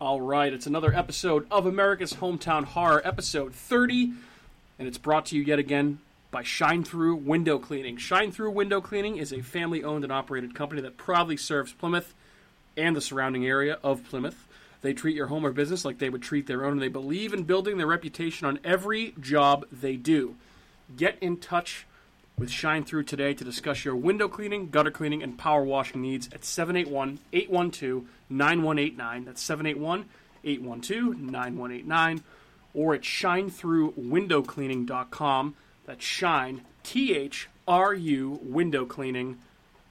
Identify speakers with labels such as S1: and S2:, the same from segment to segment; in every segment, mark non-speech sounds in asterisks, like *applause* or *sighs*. S1: All right, it's another episode of America's Hometown Horror, episode 30, and it's brought to you yet again by Shine Through Window Cleaning. Shine Through Window Cleaning is a family owned and operated company that proudly serves Plymouth and the surrounding area of Plymouth. They treat your home or business like they would treat their own, and they believe in building their reputation on every job they do. Get in touch with Shine Through today to discuss your window cleaning, gutter cleaning, and power washing needs at 781 812 9189. That's 781 812 9189. Or at shinethroughwindowcleaning.com. That's shine, T H R U, window cleaning.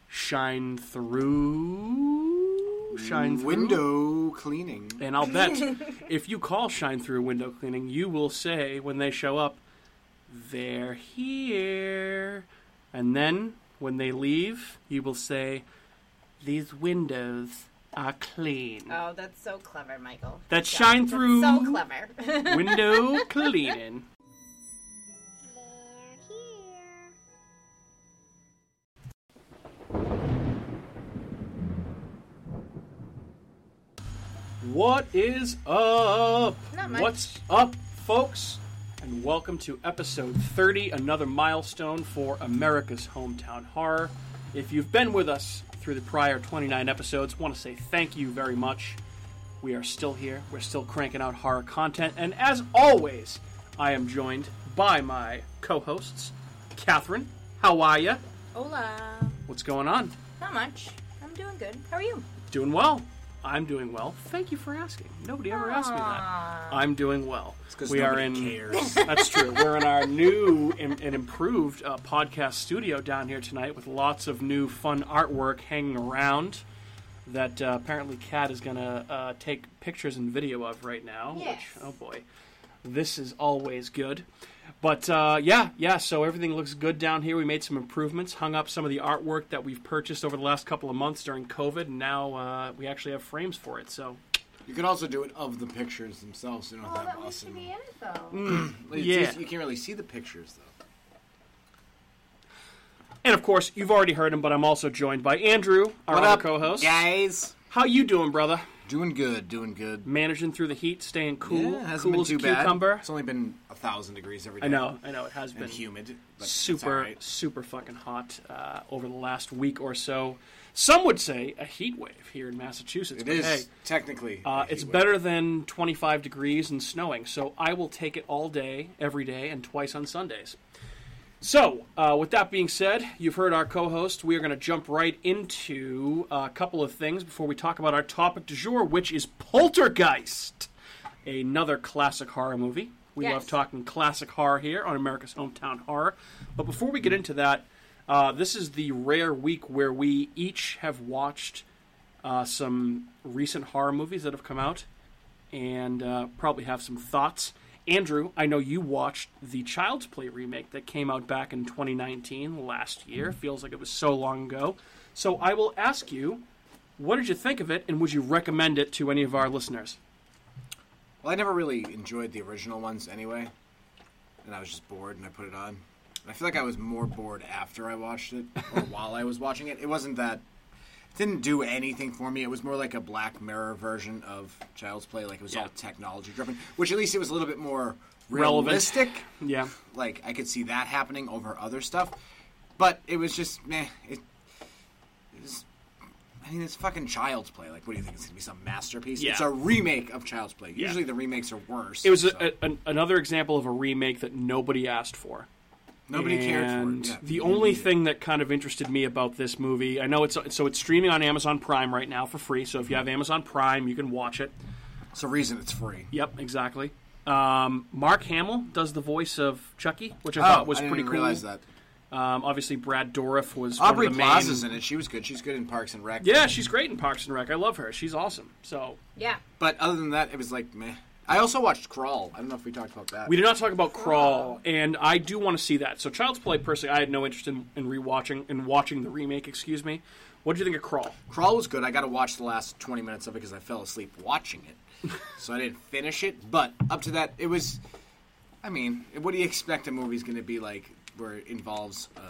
S1: Shine through. Shine through.
S2: Window cleaning.
S1: And I'll
S3: *laughs*
S1: bet if you call Shine Through Window Cleaning, you will say when they show up, they're here. And then when they leave, you will say, these windows are clean.
S3: Oh, that's so clever, Michael.
S1: That shine through
S3: So clever. *laughs*
S1: window cleaning. What is up?
S3: Not much.
S1: What's up, folks? And welcome to episode 30, another milestone for America's Hometown Horror. If you've been with us through the prior 29 episodes, want to say thank you very much. We are still here. We're still cranking out horror content. And as always, I am joined by my co-hosts, Catherine. How are ya?
S3: Hola.
S1: What's going on?
S3: Not much. I'm doing good. How are you?
S1: Doing well. I'm doing well. Thank you for asking. Nobody ever asked me that. I'm doing well. we are in. *laughs*
S2: cares.
S1: That's true. We're in our new and, and improved uh, podcast studio down here tonight with lots of new fun artwork hanging around that uh, apparently Kat is going to uh, take pictures and video of right now.
S3: Yes.
S1: Which, oh boy, this is always good. But uh, yeah, yeah, so everything looks good down here. We made some improvements, hung up some of the artwork that we've purchased over the last couple of months during COVID, and now uh, we actually have frames for it. So
S2: you could also do it of the pictures themselves. You don't
S3: Oh,
S2: have
S3: that
S2: us
S3: used to
S2: in
S3: be in
S2: them.
S3: it though.
S1: Mm.
S2: It's
S1: Yeah.
S2: just- You can't really see the pictures though.
S1: And of course, you've already heard him, but I'm also joined by Andrew, our
S2: What
S1: other
S2: up,
S1: co-host.
S2: guys?
S1: How you doing, brother?
S2: Doing good. Doing good.
S1: Managing through the heat, staying cool,
S2: yeah, hasn't
S1: cool
S2: been
S1: as a
S2: too bad.
S1: cucumber.
S2: It's only been a thousand degrees every day.
S1: I know, I know, it has been
S2: And humid. But
S1: super, super fucking hot uh, over the last week or so. Some would say a heat wave here in Massachusetts.
S2: It's all right.
S1: but
S2: It is
S1: hey,
S2: technically.
S1: uh,
S2: a
S1: it's
S2: heat wave.
S1: better than 25 degrees and snowing, so I will take it all day, every day, and twice on Sundays. So, uh, with that being said, you've heard our co host. We are going to jump right into uh, a couple of things before we talk about our topic du jour, which is Poltergeist, another classic horror movie. We
S3: Yes.
S1: love talking classic horror here on America's Hometown Horror. But before we get into that, uh, this is the rare week where we each have watched uh, some recent horror movies that have come out and uh, probably have some thoughts. Andrew, I know you watched the Child's Play remake that came out back in 2019, last year. Feels like it was so long ago. So I will ask you, what did you think of it, and would you recommend it to any of our listeners?
S2: Well, I never really enjoyed the original ones anyway, and I was just bored, and I put it on. And I feel like I was more bored after I watched it
S1: *laughs*
S2: or while I was watching it. It wasn't that. It didn't do anything for me. It was more like a Black Mirror version of Child's Play. Like it was
S1: Yeah.
S2: all technology driven, which at least it was a little bit more
S1: Relevant.
S2: realistic.
S1: *laughs* Yeah.
S2: Like I could see that happening over other stuff, but it was just meh. It, it was. I mean, it's fucking Child's Play. Like, what do you think? It's gonna be some masterpiece?
S1: Yeah.
S2: It's a remake of Child's Play. Usually, the remakes are worse.
S1: It was
S2: so
S1: a, a, an, another example of a remake that nobody asked for.
S2: nobody cared for
S1: and
S2: it. Yeah.
S1: The only thing that kind of interested me about this movie, I know it's so it's streaming on Amazon Prime right now for free. So if you have Amazon Prime, you can watch it.
S2: it's a reason it's free.
S1: Yep, exactly. Um, Mark Hamill does the voice of Chucky, which I thought was
S2: Oh, I didn't
S1: pretty
S2: even
S1: cool.
S2: realize that.
S1: Um, obviously, Brad Dourif was one
S2: Aubrey
S1: of the main-
S2: Plaza's in it. She was good. She's good in Parks and Rec.
S1: Yeah, she's great in Parks and Rec. I love her. She's awesome. So
S3: Yeah.
S2: But other than that, it was like meh. I also watched Crawl. I don't know if we talked about that.
S1: we did not talk about Crawl, and I do want to see that. So Child's Play, personally, I had no interest in, in rewatching and watching the remake. Excuse me. What did you think of Crawl?
S2: Crawl was good. I got to watch the last 20 minutes of it because I fell asleep watching it. so I didn't finish it. But up to that, it was. I mean, what do you expect a movie's going to be like where it involves uh,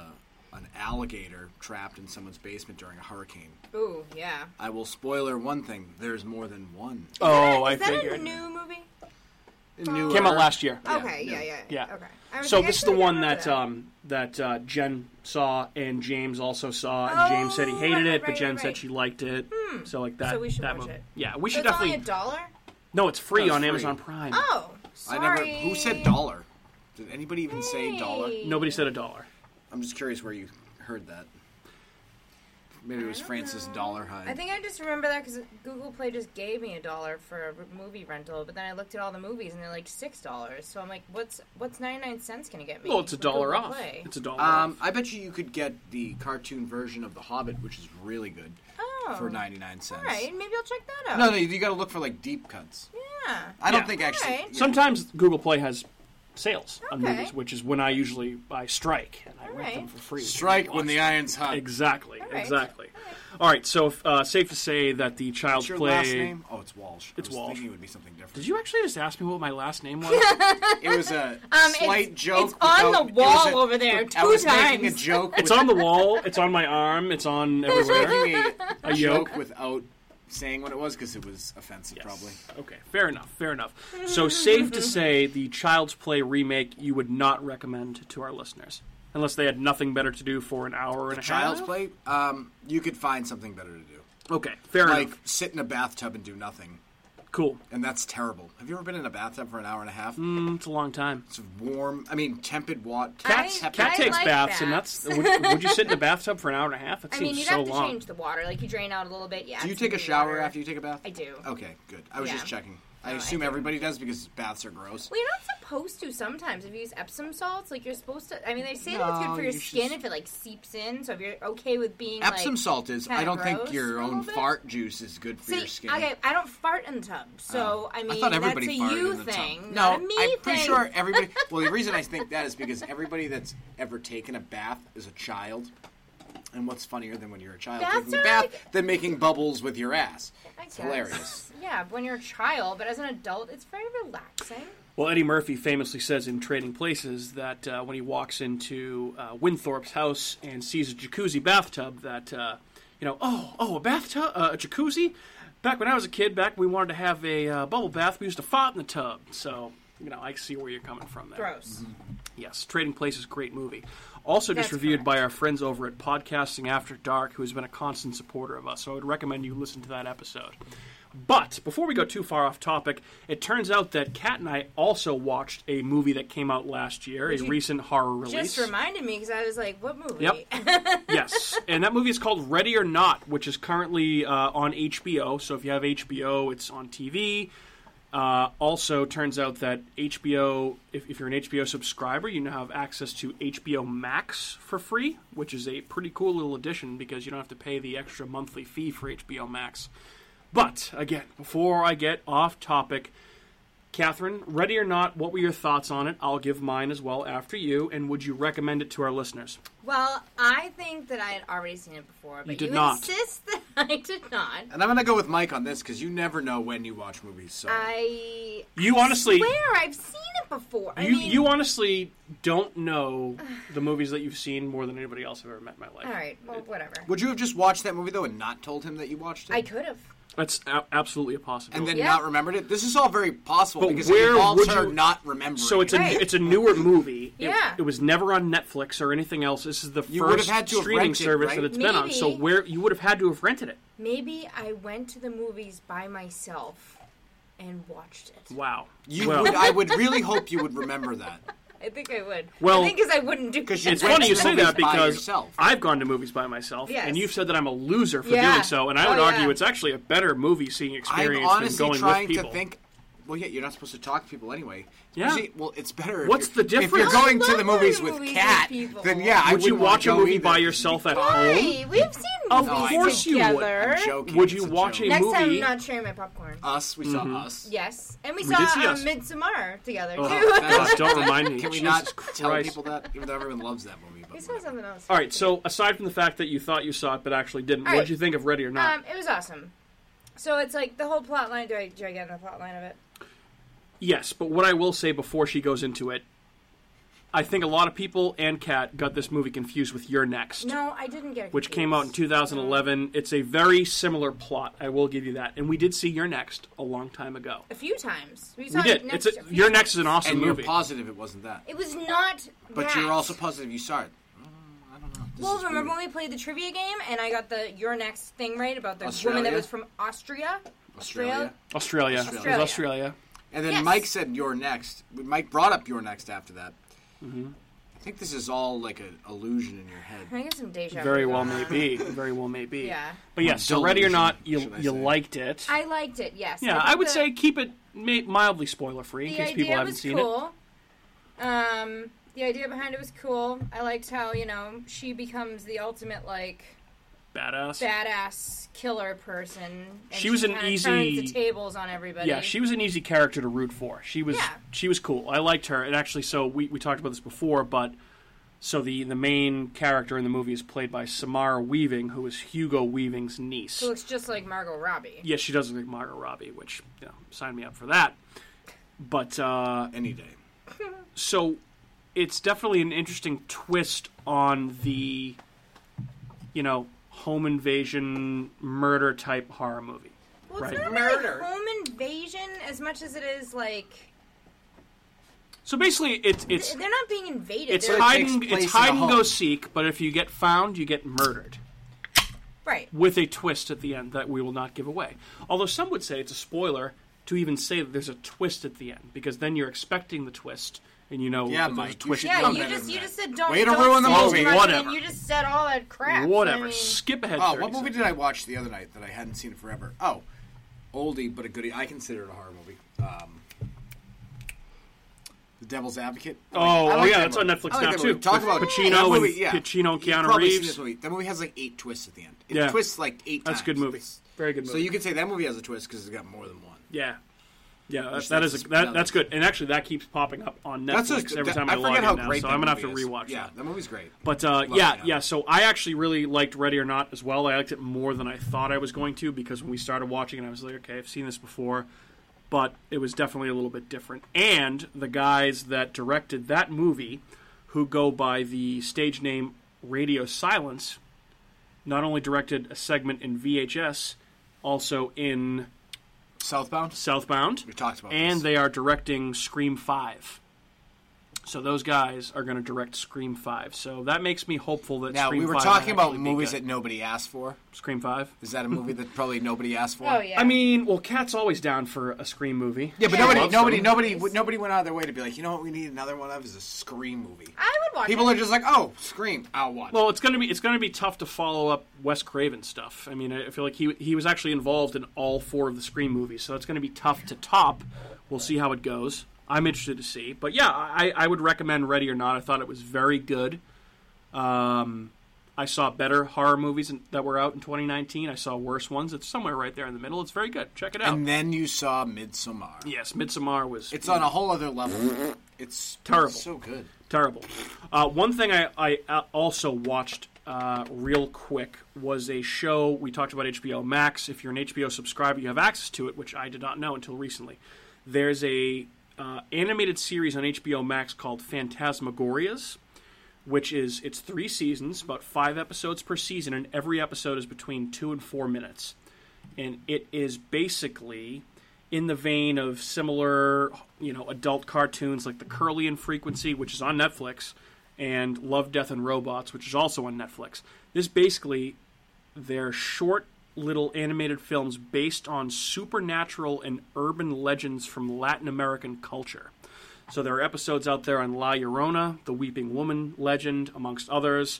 S2: an alligator trapped in someone's basement during a hurricane.
S3: Ooh, yeah.
S2: I will spoiler one thing: there's more than one.
S3: Is
S1: Oh, I
S3: that
S1: figured.
S3: a new movie?
S2: Newer-
S1: Came out last year.
S2: Yeah,
S3: okay, yeah,
S2: new.
S3: yeah,
S1: Yeah.
S3: Okay. I was
S1: So
S3: like, I
S1: this is the
S3: couldn't
S1: one
S3: remember
S1: that um, that uh, Jen saw and James also saw, and James said he
S3: Oh,
S1: hated
S3: right,
S1: it,
S3: right,
S1: but
S3: right,
S1: Jen
S3: right. Hmm.
S1: said she liked it. So like that.
S3: So we should
S1: that
S3: watch
S1: mo-
S3: it.
S1: Yeah, we
S3: So
S1: should
S3: it's only
S1: definitely.
S3: a dollar.
S1: No, it's free
S2: No, it's
S1: on
S2: free.
S1: Amazon Prime.
S3: Oh,
S2: I
S3: sorry.
S2: never. Who said dollar? Did anybody even say dollar?
S3: Hey.
S1: Nobody said a dollar.
S2: I'm just curious where you heard that. Maybe it was Francis Dollar Hyde.
S3: I think I just remember that because Google Play just gave me a dollar for a r- movie rental, but then I looked at all the movies and they're like six dollars. So I'm like, what's what's ninety nine cents gonna get me?
S1: Well, it's a
S3: for
S1: dollar
S3: Google
S1: off.
S3: Play?
S1: It's a dollar.
S2: um,
S1: off.
S2: I bet you you could get the cartoon version of The Hobbit, which is really good,
S3: oh,
S2: for 99 cents.
S3: All right, maybe I'll check that out.
S2: No, no, you got to look for like deep cuts.
S3: Yeah.
S2: I
S1: Yeah.
S2: don't think actually.
S3: Alright.
S2: yeah.
S1: Sometimes Google Play has sales on
S3: Okay.
S1: movies, which is when I usually I strike and I rent
S3: right.
S1: them for free.
S2: Strike when the iron's hot.
S1: Exactly.
S3: right.
S1: Exactly. All right. So uh, safe to say that the child's
S2: What's your
S1: play.
S2: last name? Oh, it's Walsh.
S1: It's
S2: I was
S1: Walsh.
S2: Thinking it would be something different.
S1: Did you actually just ask me what my last name was?
S2: It was a
S3: *laughs* Um,
S2: slight
S3: it's,
S2: joke.
S3: It's on
S2: without-
S3: the
S2: it was
S3: wall
S2: a-
S3: over there
S2: I
S3: two
S2: was making a
S3: times.
S2: joke.
S1: It's on the wall. It's on my arm. It's on
S2: *laughs*
S3: *laughs*
S1: everywhere.
S2: making a,
S1: A yoke.
S2: joke without saying what it was because it was offensive, probably.
S1: Okay, fair enough, fair enough. So, safe to say, the Child's Play remake you would not recommend to our listeners, unless they had nothing better to do for an hour and a
S2: Child's
S1: half.
S2: Play. Um, you could find something better to do,
S1: Okay, fair
S2: like
S1: enough.
S2: sit in a bathtub and do nothing,
S1: Cool.
S2: and that's terrible. Have you ever been in a bathtub for an hour and a half?
S1: Mm, it's a long time.
S2: It's warm. I mean, tepid water.
S1: Cats,
S3: I-
S1: cat
S3: I
S1: takes
S3: like
S1: baths, and
S3: baths.
S1: that's would, you- would you sit in the bathtub for an hour and a half? That
S3: *laughs* I
S1: seems
S3: mean, you'd
S1: so
S3: have to
S1: long.
S3: change the water. Like you drain out a little bit. Yeah.
S2: Do you
S3: it's
S2: take a
S3: gonna be
S2: shower
S3: water.
S2: after you take a bath?
S3: I do.
S2: Okay, good. I was
S3: Yeah.
S2: just checking. I
S3: No, I
S2: assume
S3: do.
S2: everybody does because baths are gross.
S3: Well, you're not supposed to sometimes if you use Epsom salts. Like you're supposed to. I mean, they say that it's good
S2: No,
S3: for your
S2: you should
S3: skin
S2: s-
S3: if it like seeps in. So if you're okay with being
S2: Epsom
S3: like,
S2: salt is. I
S3: kinda
S2: don't think
S3: gross
S2: your
S3: a little
S2: own
S3: bit?
S2: fart juice is good for
S3: See,
S2: your skin.
S3: okay, I don't fart in the tub, so
S2: Oh.
S3: I mean
S2: thought everybody
S3: that's a
S2: farted
S3: you
S2: in the tub.
S3: thing,
S2: No,
S3: not a me
S2: I'm pretty
S3: thing.
S2: sure
S3: *laughs*
S2: everybody. Well, the reason I think that is because everybody that's ever taken a bath is a child. And what's funnier than when you're a child
S3: Baths
S2: taking a
S3: are
S2: bath
S3: like-
S2: than making bubbles with your ass?
S3: I
S2: It's
S3: guess.
S2: hilarious.
S3: *laughs* Yeah, when you're a child, but as an adult, it's very relaxing.
S1: Well, Eddie Murphy famously says in Trading Places that uh, when he walks into uh, Winthorpe's house and sees a jacuzzi bathtub, that uh, you know, oh, oh, a bathtub, uh, a jacuzzi. Back when I was a kid, back when we wanted to have a uh, bubble bath, we used to fart in the tub. So you know, I see where you're coming from there.
S3: Gross.
S2: Mm-hmm.
S1: Yes, Trading Places, great movie. Also, just
S3: That's
S1: reviewed
S3: correct.
S1: by our friends over at Podcasting After Dark, who has been a constant supporter of us. So I would recommend you listen to that episode. But before we go too far off topic, it turns out that Kat and I also watched a movie that came out last year, a
S3: you
S1: recent horror release.
S3: Just reminded me because I was like, "What movie?"
S1: Yep. yes, and that movie is called Ready or Not, which is currently uh, on HBO. So if you have HBO, it's on TV. Uh, also, turns out that HBO, if, if you're an HBO subscriber, you now have access to HBO Max for free, which is a pretty cool little addition because you don't have to pay the extra monthly fee for HBO Max. But again, before I get off topic, Catherine, ready or not, what were your thoughts on it? I'll give mine as well after you, and would you recommend it to our listeners?
S3: Well, I think that I had already seen it before, but you,
S1: did not.
S3: insist that *laughs* I did not.
S2: And I'm gonna go with Mike on this because you never know when you watch movies. So
S3: I
S1: You honestly,
S3: swear I've seen it before. I
S1: you
S3: mean,
S1: you honestly don't know the movies that you've seen more than anybody else I've ever met in my life.
S3: all right, well, whatever.
S2: would you have just watched that movie though and not told him that you watched it?
S3: I could have.
S1: That's a- absolutely a possibility.
S2: and then
S3: Yeah.
S2: not remembered it. This is all very possible
S1: But
S2: because
S1: where
S2: it involves
S1: would
S2: her
S1: you-
S2: not remembering.
S1: so *laughs* it's a
S3: Right.
S1: it's a newer movie. It-
S3: Yeah.
S1: it, was never on Netflix or anything else. This is the
S2: You would have
S1: first
S2: had to have
S1: streaming
S2: rented,
S1: service
S2: right?
S1: that it's been on. So
S3: Maybe.
S1: where you would have had to have rented it.
S3: Maybe I went to the movies by myself and watched it.
S1: Wow.
S2: you
S1: well,
S2: would, I would really hope you would remember that.
S1: *laughs*
S3: I think I would.
S1: Well,
S3: I think because I wouldn't do.
S2: 'cause you
S3: that.
S1: it's funny you
S2: to
S1: say
S2: movies
S1: that
S2: by
S1: because
S2: yourself.
S1: I've gone to movies by myself,
S3: Yes.
S1: and you've said that I'm a loser for
S3: Yeah.
S1: doing so. And I would
S3: Oh,
S1: argue
S3: yeah.
S1: it's actually a better movie seeing
S2: I'm
S1: experience than
S2: honestly
S1: going
S2: trying
S1: with
S2: to
S1: people.
S2: think. Well, yeah, you're not supposed to talk to people anyway.
S1: Yeah.
S2: You see, well, it's better. If
S1: What's
S2: you're-
S1: the
S2: If you're
S1: difference?
S2: going
S3: I
S2: to the
S3: love
S2: movies
S3: going
S2: with
S3: to movies with
S2: Cat,
S3: people.
S2: then yeah, I
S1: Would you
S2: wouldn't wanna
S1: watch a
S2: go
S1: movie
S2: either.
S1: by yourself at home?
S3: Why? We've seen
S1: Of
S3: movies
S1: course you would.
S3: together.
S2: I'm joking.
S1: Would
S2: it's
S1: you
S2: a
S1: watch a Mm-hmm.
S2: joke.
S3: Next time,
S1: movie-
S3: I'm not sharing my popcorn.
S2: Us? We saw Us.
S3: yes, and we,
S1: We
S3: saw
S1: did see
S3: uh,
S1: us.
S3: Midsommar together
S1: Oh,
S3: too. *laughs*
S1: God, don't remind me.
S2: Can we
S1: Jesus
S2: not tell
S1: Christ.
S2: people that? Even though everyone loves that movie, but
S3: we saw
S2: whatever.
S3: something else.
S1: All right. So aside from the fact that you thought you saw it but actually didn't,
S3: All
S1: what
S3: right.
S1: did you think of Ready or Not?
S3: Um, it was awesome. So it's like the whole plot line. Do I, do I get in the plot line of it?
S1: yes, but what I will say before she goes into it, I think a lot of people and Kat got this movie confused with Your Next,
S3: No, I didn't get it.
S1: which came out in 2011. It's a very similar plot. I will give you that. And we did see Your Next a long time ago.
S3: a few times. We, saw
S1: We did.
S3: Next,
S1: it's a,
S3: few
S1: Your
S3: times.
S1: Next is an awesome
S2: and you're
S1: movie.
S2: positive it wasn't that.
S3: It was not.
S2: But
S3: that.
S2: you're also positive you saw it. Mm, I don't know. This
S3: Well,
S1: Mm.
S2: is
S3: remember
S2: weird.
S3: when we played the trivia game and I got the your next thing right about the woman
S2: Australia?
S3: that was from Austria?
S2: Australia.
S1: Australia. It was
S2: Australia.
S1: Australia.
S2: And then
S3: Yes.
S2: Mike said you're next. Mike brought up you're next after that.
S1: Mm-hmm.
S2: I think this is all like an illusion in your
S3: I
S2: head.
S3: think it's some deja vu
S1: Very well
S3: going
S1: may
S3: on.
S1: be. Very well may be.
S3: Yeah.
S1: But yes, so ready or
S2: Delusion,
S1: not, you
S2: should I
S1: you
S2: say.
S1: liked it.
S3: I liked it. Yes.
S1: yeah,
S3: think
S1: I would
S3: the-
S1: say keep it ma- mildly spoiler free in
S3: the
S1: case
S3: idea
S1: people haven't
S3: was
S1: seen it.
S3: cool. Um, the idea behind it was cool. I liked how you know she becomes the ultimate like
S1: Badass.
S3: badass killer person. And
S1: She was an
S3: kinda
S1: easy-
S3: turns the tables on everybody.
S1: Yeah, she was an easy character to root for. She was
S3: Yeah.
S1: she was cool. I liked her. And actually, so we, we talked about this before, but so the the main character in the movie is played by Samara Weaving, who is Hugo Weaving's niece.
S3: She looks just like Margot Robbie.
S1: yes, she does look like Margot Robbie, which you know, sign me up for that. But uh,
S2: Any day.
S1: so it's definitely an interesting twist on the you know home invasion murder type horror movie.
S3: Well,
S1: Right.
S3: it's not really
S2: Murder.
S3: home invasion as much as it is like
S1: So basically, it's it's
S3: they're not being invaded.
S1: It's
S3: they're,
S2: high-
S1: hide
S2: takes
S1: and, it's
S2: place in
S1: hide
S2: a
S1: and
S2: home.
S1: go seek, but if you get found, you get murdered
S3: right.
S1: with a twist at the end that we will not give away. Although some would say it's a spoiler to even say that there's a twist at the end because then you're expecting the twist and you know
S2: Yeah,
S1: that there's a
S2: Mike, you
S1: twist.
S2: should
S1: at the
S3: Yeah,
S2: Done
S1: end.
S3: you
S2: better
S3: just
S2: than
S3: you
S2: that.
S3: just said don't.
S2: Way to
S3: don't
S2: ruin the
S3: say
S2: movie.
S3: too much,
S1: Whatever.
S3: and You just said all that crap.
S1: whatever.
S3: I mean,
S1: Skip ahead.
S2: Oh,
S1: 30
S2: what movie
S1: seconds.
S2: did I watch the other night that I hadn't seen forever? Oh, oldie but a goodie. I consider it a horror movie. Um, the Devil's Advocate. I like-
S1: Oh,
S2: I
S1: oh,
S2: like
S1: yeah,
S2: that
S1: that's on
S2: movie.
S1: Netflix
S2: I like
S1: now,
S2: that movie.
S1: too.
S2: Talk
S1: With
S2: about
S1: Pacino
S2: that movie,
S1: and-
S2: yeah.
S1: Pacino and
S2: You've
S1: Keanu
S2: probably seen
S1: Reeves.
S2: this movie. That movie has like eight twists at the end. It
S1: Yeah.
S2: twists like eight.
S1: That's a good
S2: times.
S1: movie. Very good
S2: So
S1: movie.
S2: you could say that movie has a twist because it's got more than one.
S1: yeah. Yeah, that,
S2: Which
S1: that
S2: that's
S1: is a,
S2: just-
S1: that, that's good, and actually that keeps popping up on Netflix
S2: That's a,
S1: every
S2: that-
S1: time I,
S2: I
S1: log
S2: forget
S1: in
S2: how
S1: now.
S2: great
S1: So
S2: that
S1: I'm gonna have to
S2: movie is.
S1: rewatch
S2: Yeah,
S1: that.
S2: that movie's great.
S1: But uh,
S2: Love
S1: yeah,
S2: it, yeah.
S1: yeah. So I actually really liked Ready or Not as well. I liked it more than I thought I was going to because when we started watching it, I was like, okay, I've seen this before, but it was definitely a little bit different. And the guys that directed that movie, who go by the stage name Radio Silence, not only directed a segment in VHS, also in
S2: Southbound.
S1: Southbound,
S2: We talked about
S1: and
S2: this.
S1: they are directing Scream Five. So those guys are going to direct Scream Five. So that makes me hopeful that
S2: Now
S1: Scream
S2: we were
S1: 5
S2: talking
S1: might
S2: about
S1: actually be
S2: movies
S1: good.
S2: that nobody asked for.
S1: Scream Five.
S2: Is that a movie that probably nobody asked for?
S3: *laughs* Oh yeah.
S1: I mean, well, Cat's always down for a Scream movie.
S2: Yeah, but
S3: Yeah,
S2: nobody,
S3: loves
S2: nobody,
S1: them.
S2: nobody, w- nobody went out of their way to be like, you know what, we need another one of is a Scream movie.
S3: I would watch.
S2: People
S3: it.
S2: are just like, oh, Scream, I'll watch.
S1: Well, it's gonna be it's gonna be tough to follow up Wes Craven stuff. I mean, I feel like he he was actually involved in all four of the Scream movies, so it's gonna be tough to top. We'll see how it goes. I'm interested to see, but yeah, I, I would recommend Ready or Not. I thought it was very good. Um, I saw better horror movies in, that were out in 2019. I saw worse ones. It's somewhere right there in the middle. It's very good. Check it out.
S2: and then you saw Midsommar.
S1: yes, Midsommar was
S2: It's on a whole
S1: *laughs*
S2: other level. It's
S1: Terrible.
S2: So good.
S1: terrible. Uh, one thing I, I uh, also watched uh, real quick was a show we talked about HBO Max. If you're an HBO subscriber, you have access to it, which I did not know until recently. There's a uh, animated series on HBO Max called Phantasmagorias, which is it's three seasons, about five episodes per season, and every episode is between two and four minutes and it is basically in the vein of similar, you know, adult cartoons like The Curly and Frequency, which is on Netflix, and Love, Death, and Robots, which is also on Netflix. This basically, they're short little animated films based on supernatural and urban legends from Latin American culture. So there are episodes out there on La Llorona, the Weeping Woman legend, amongst others,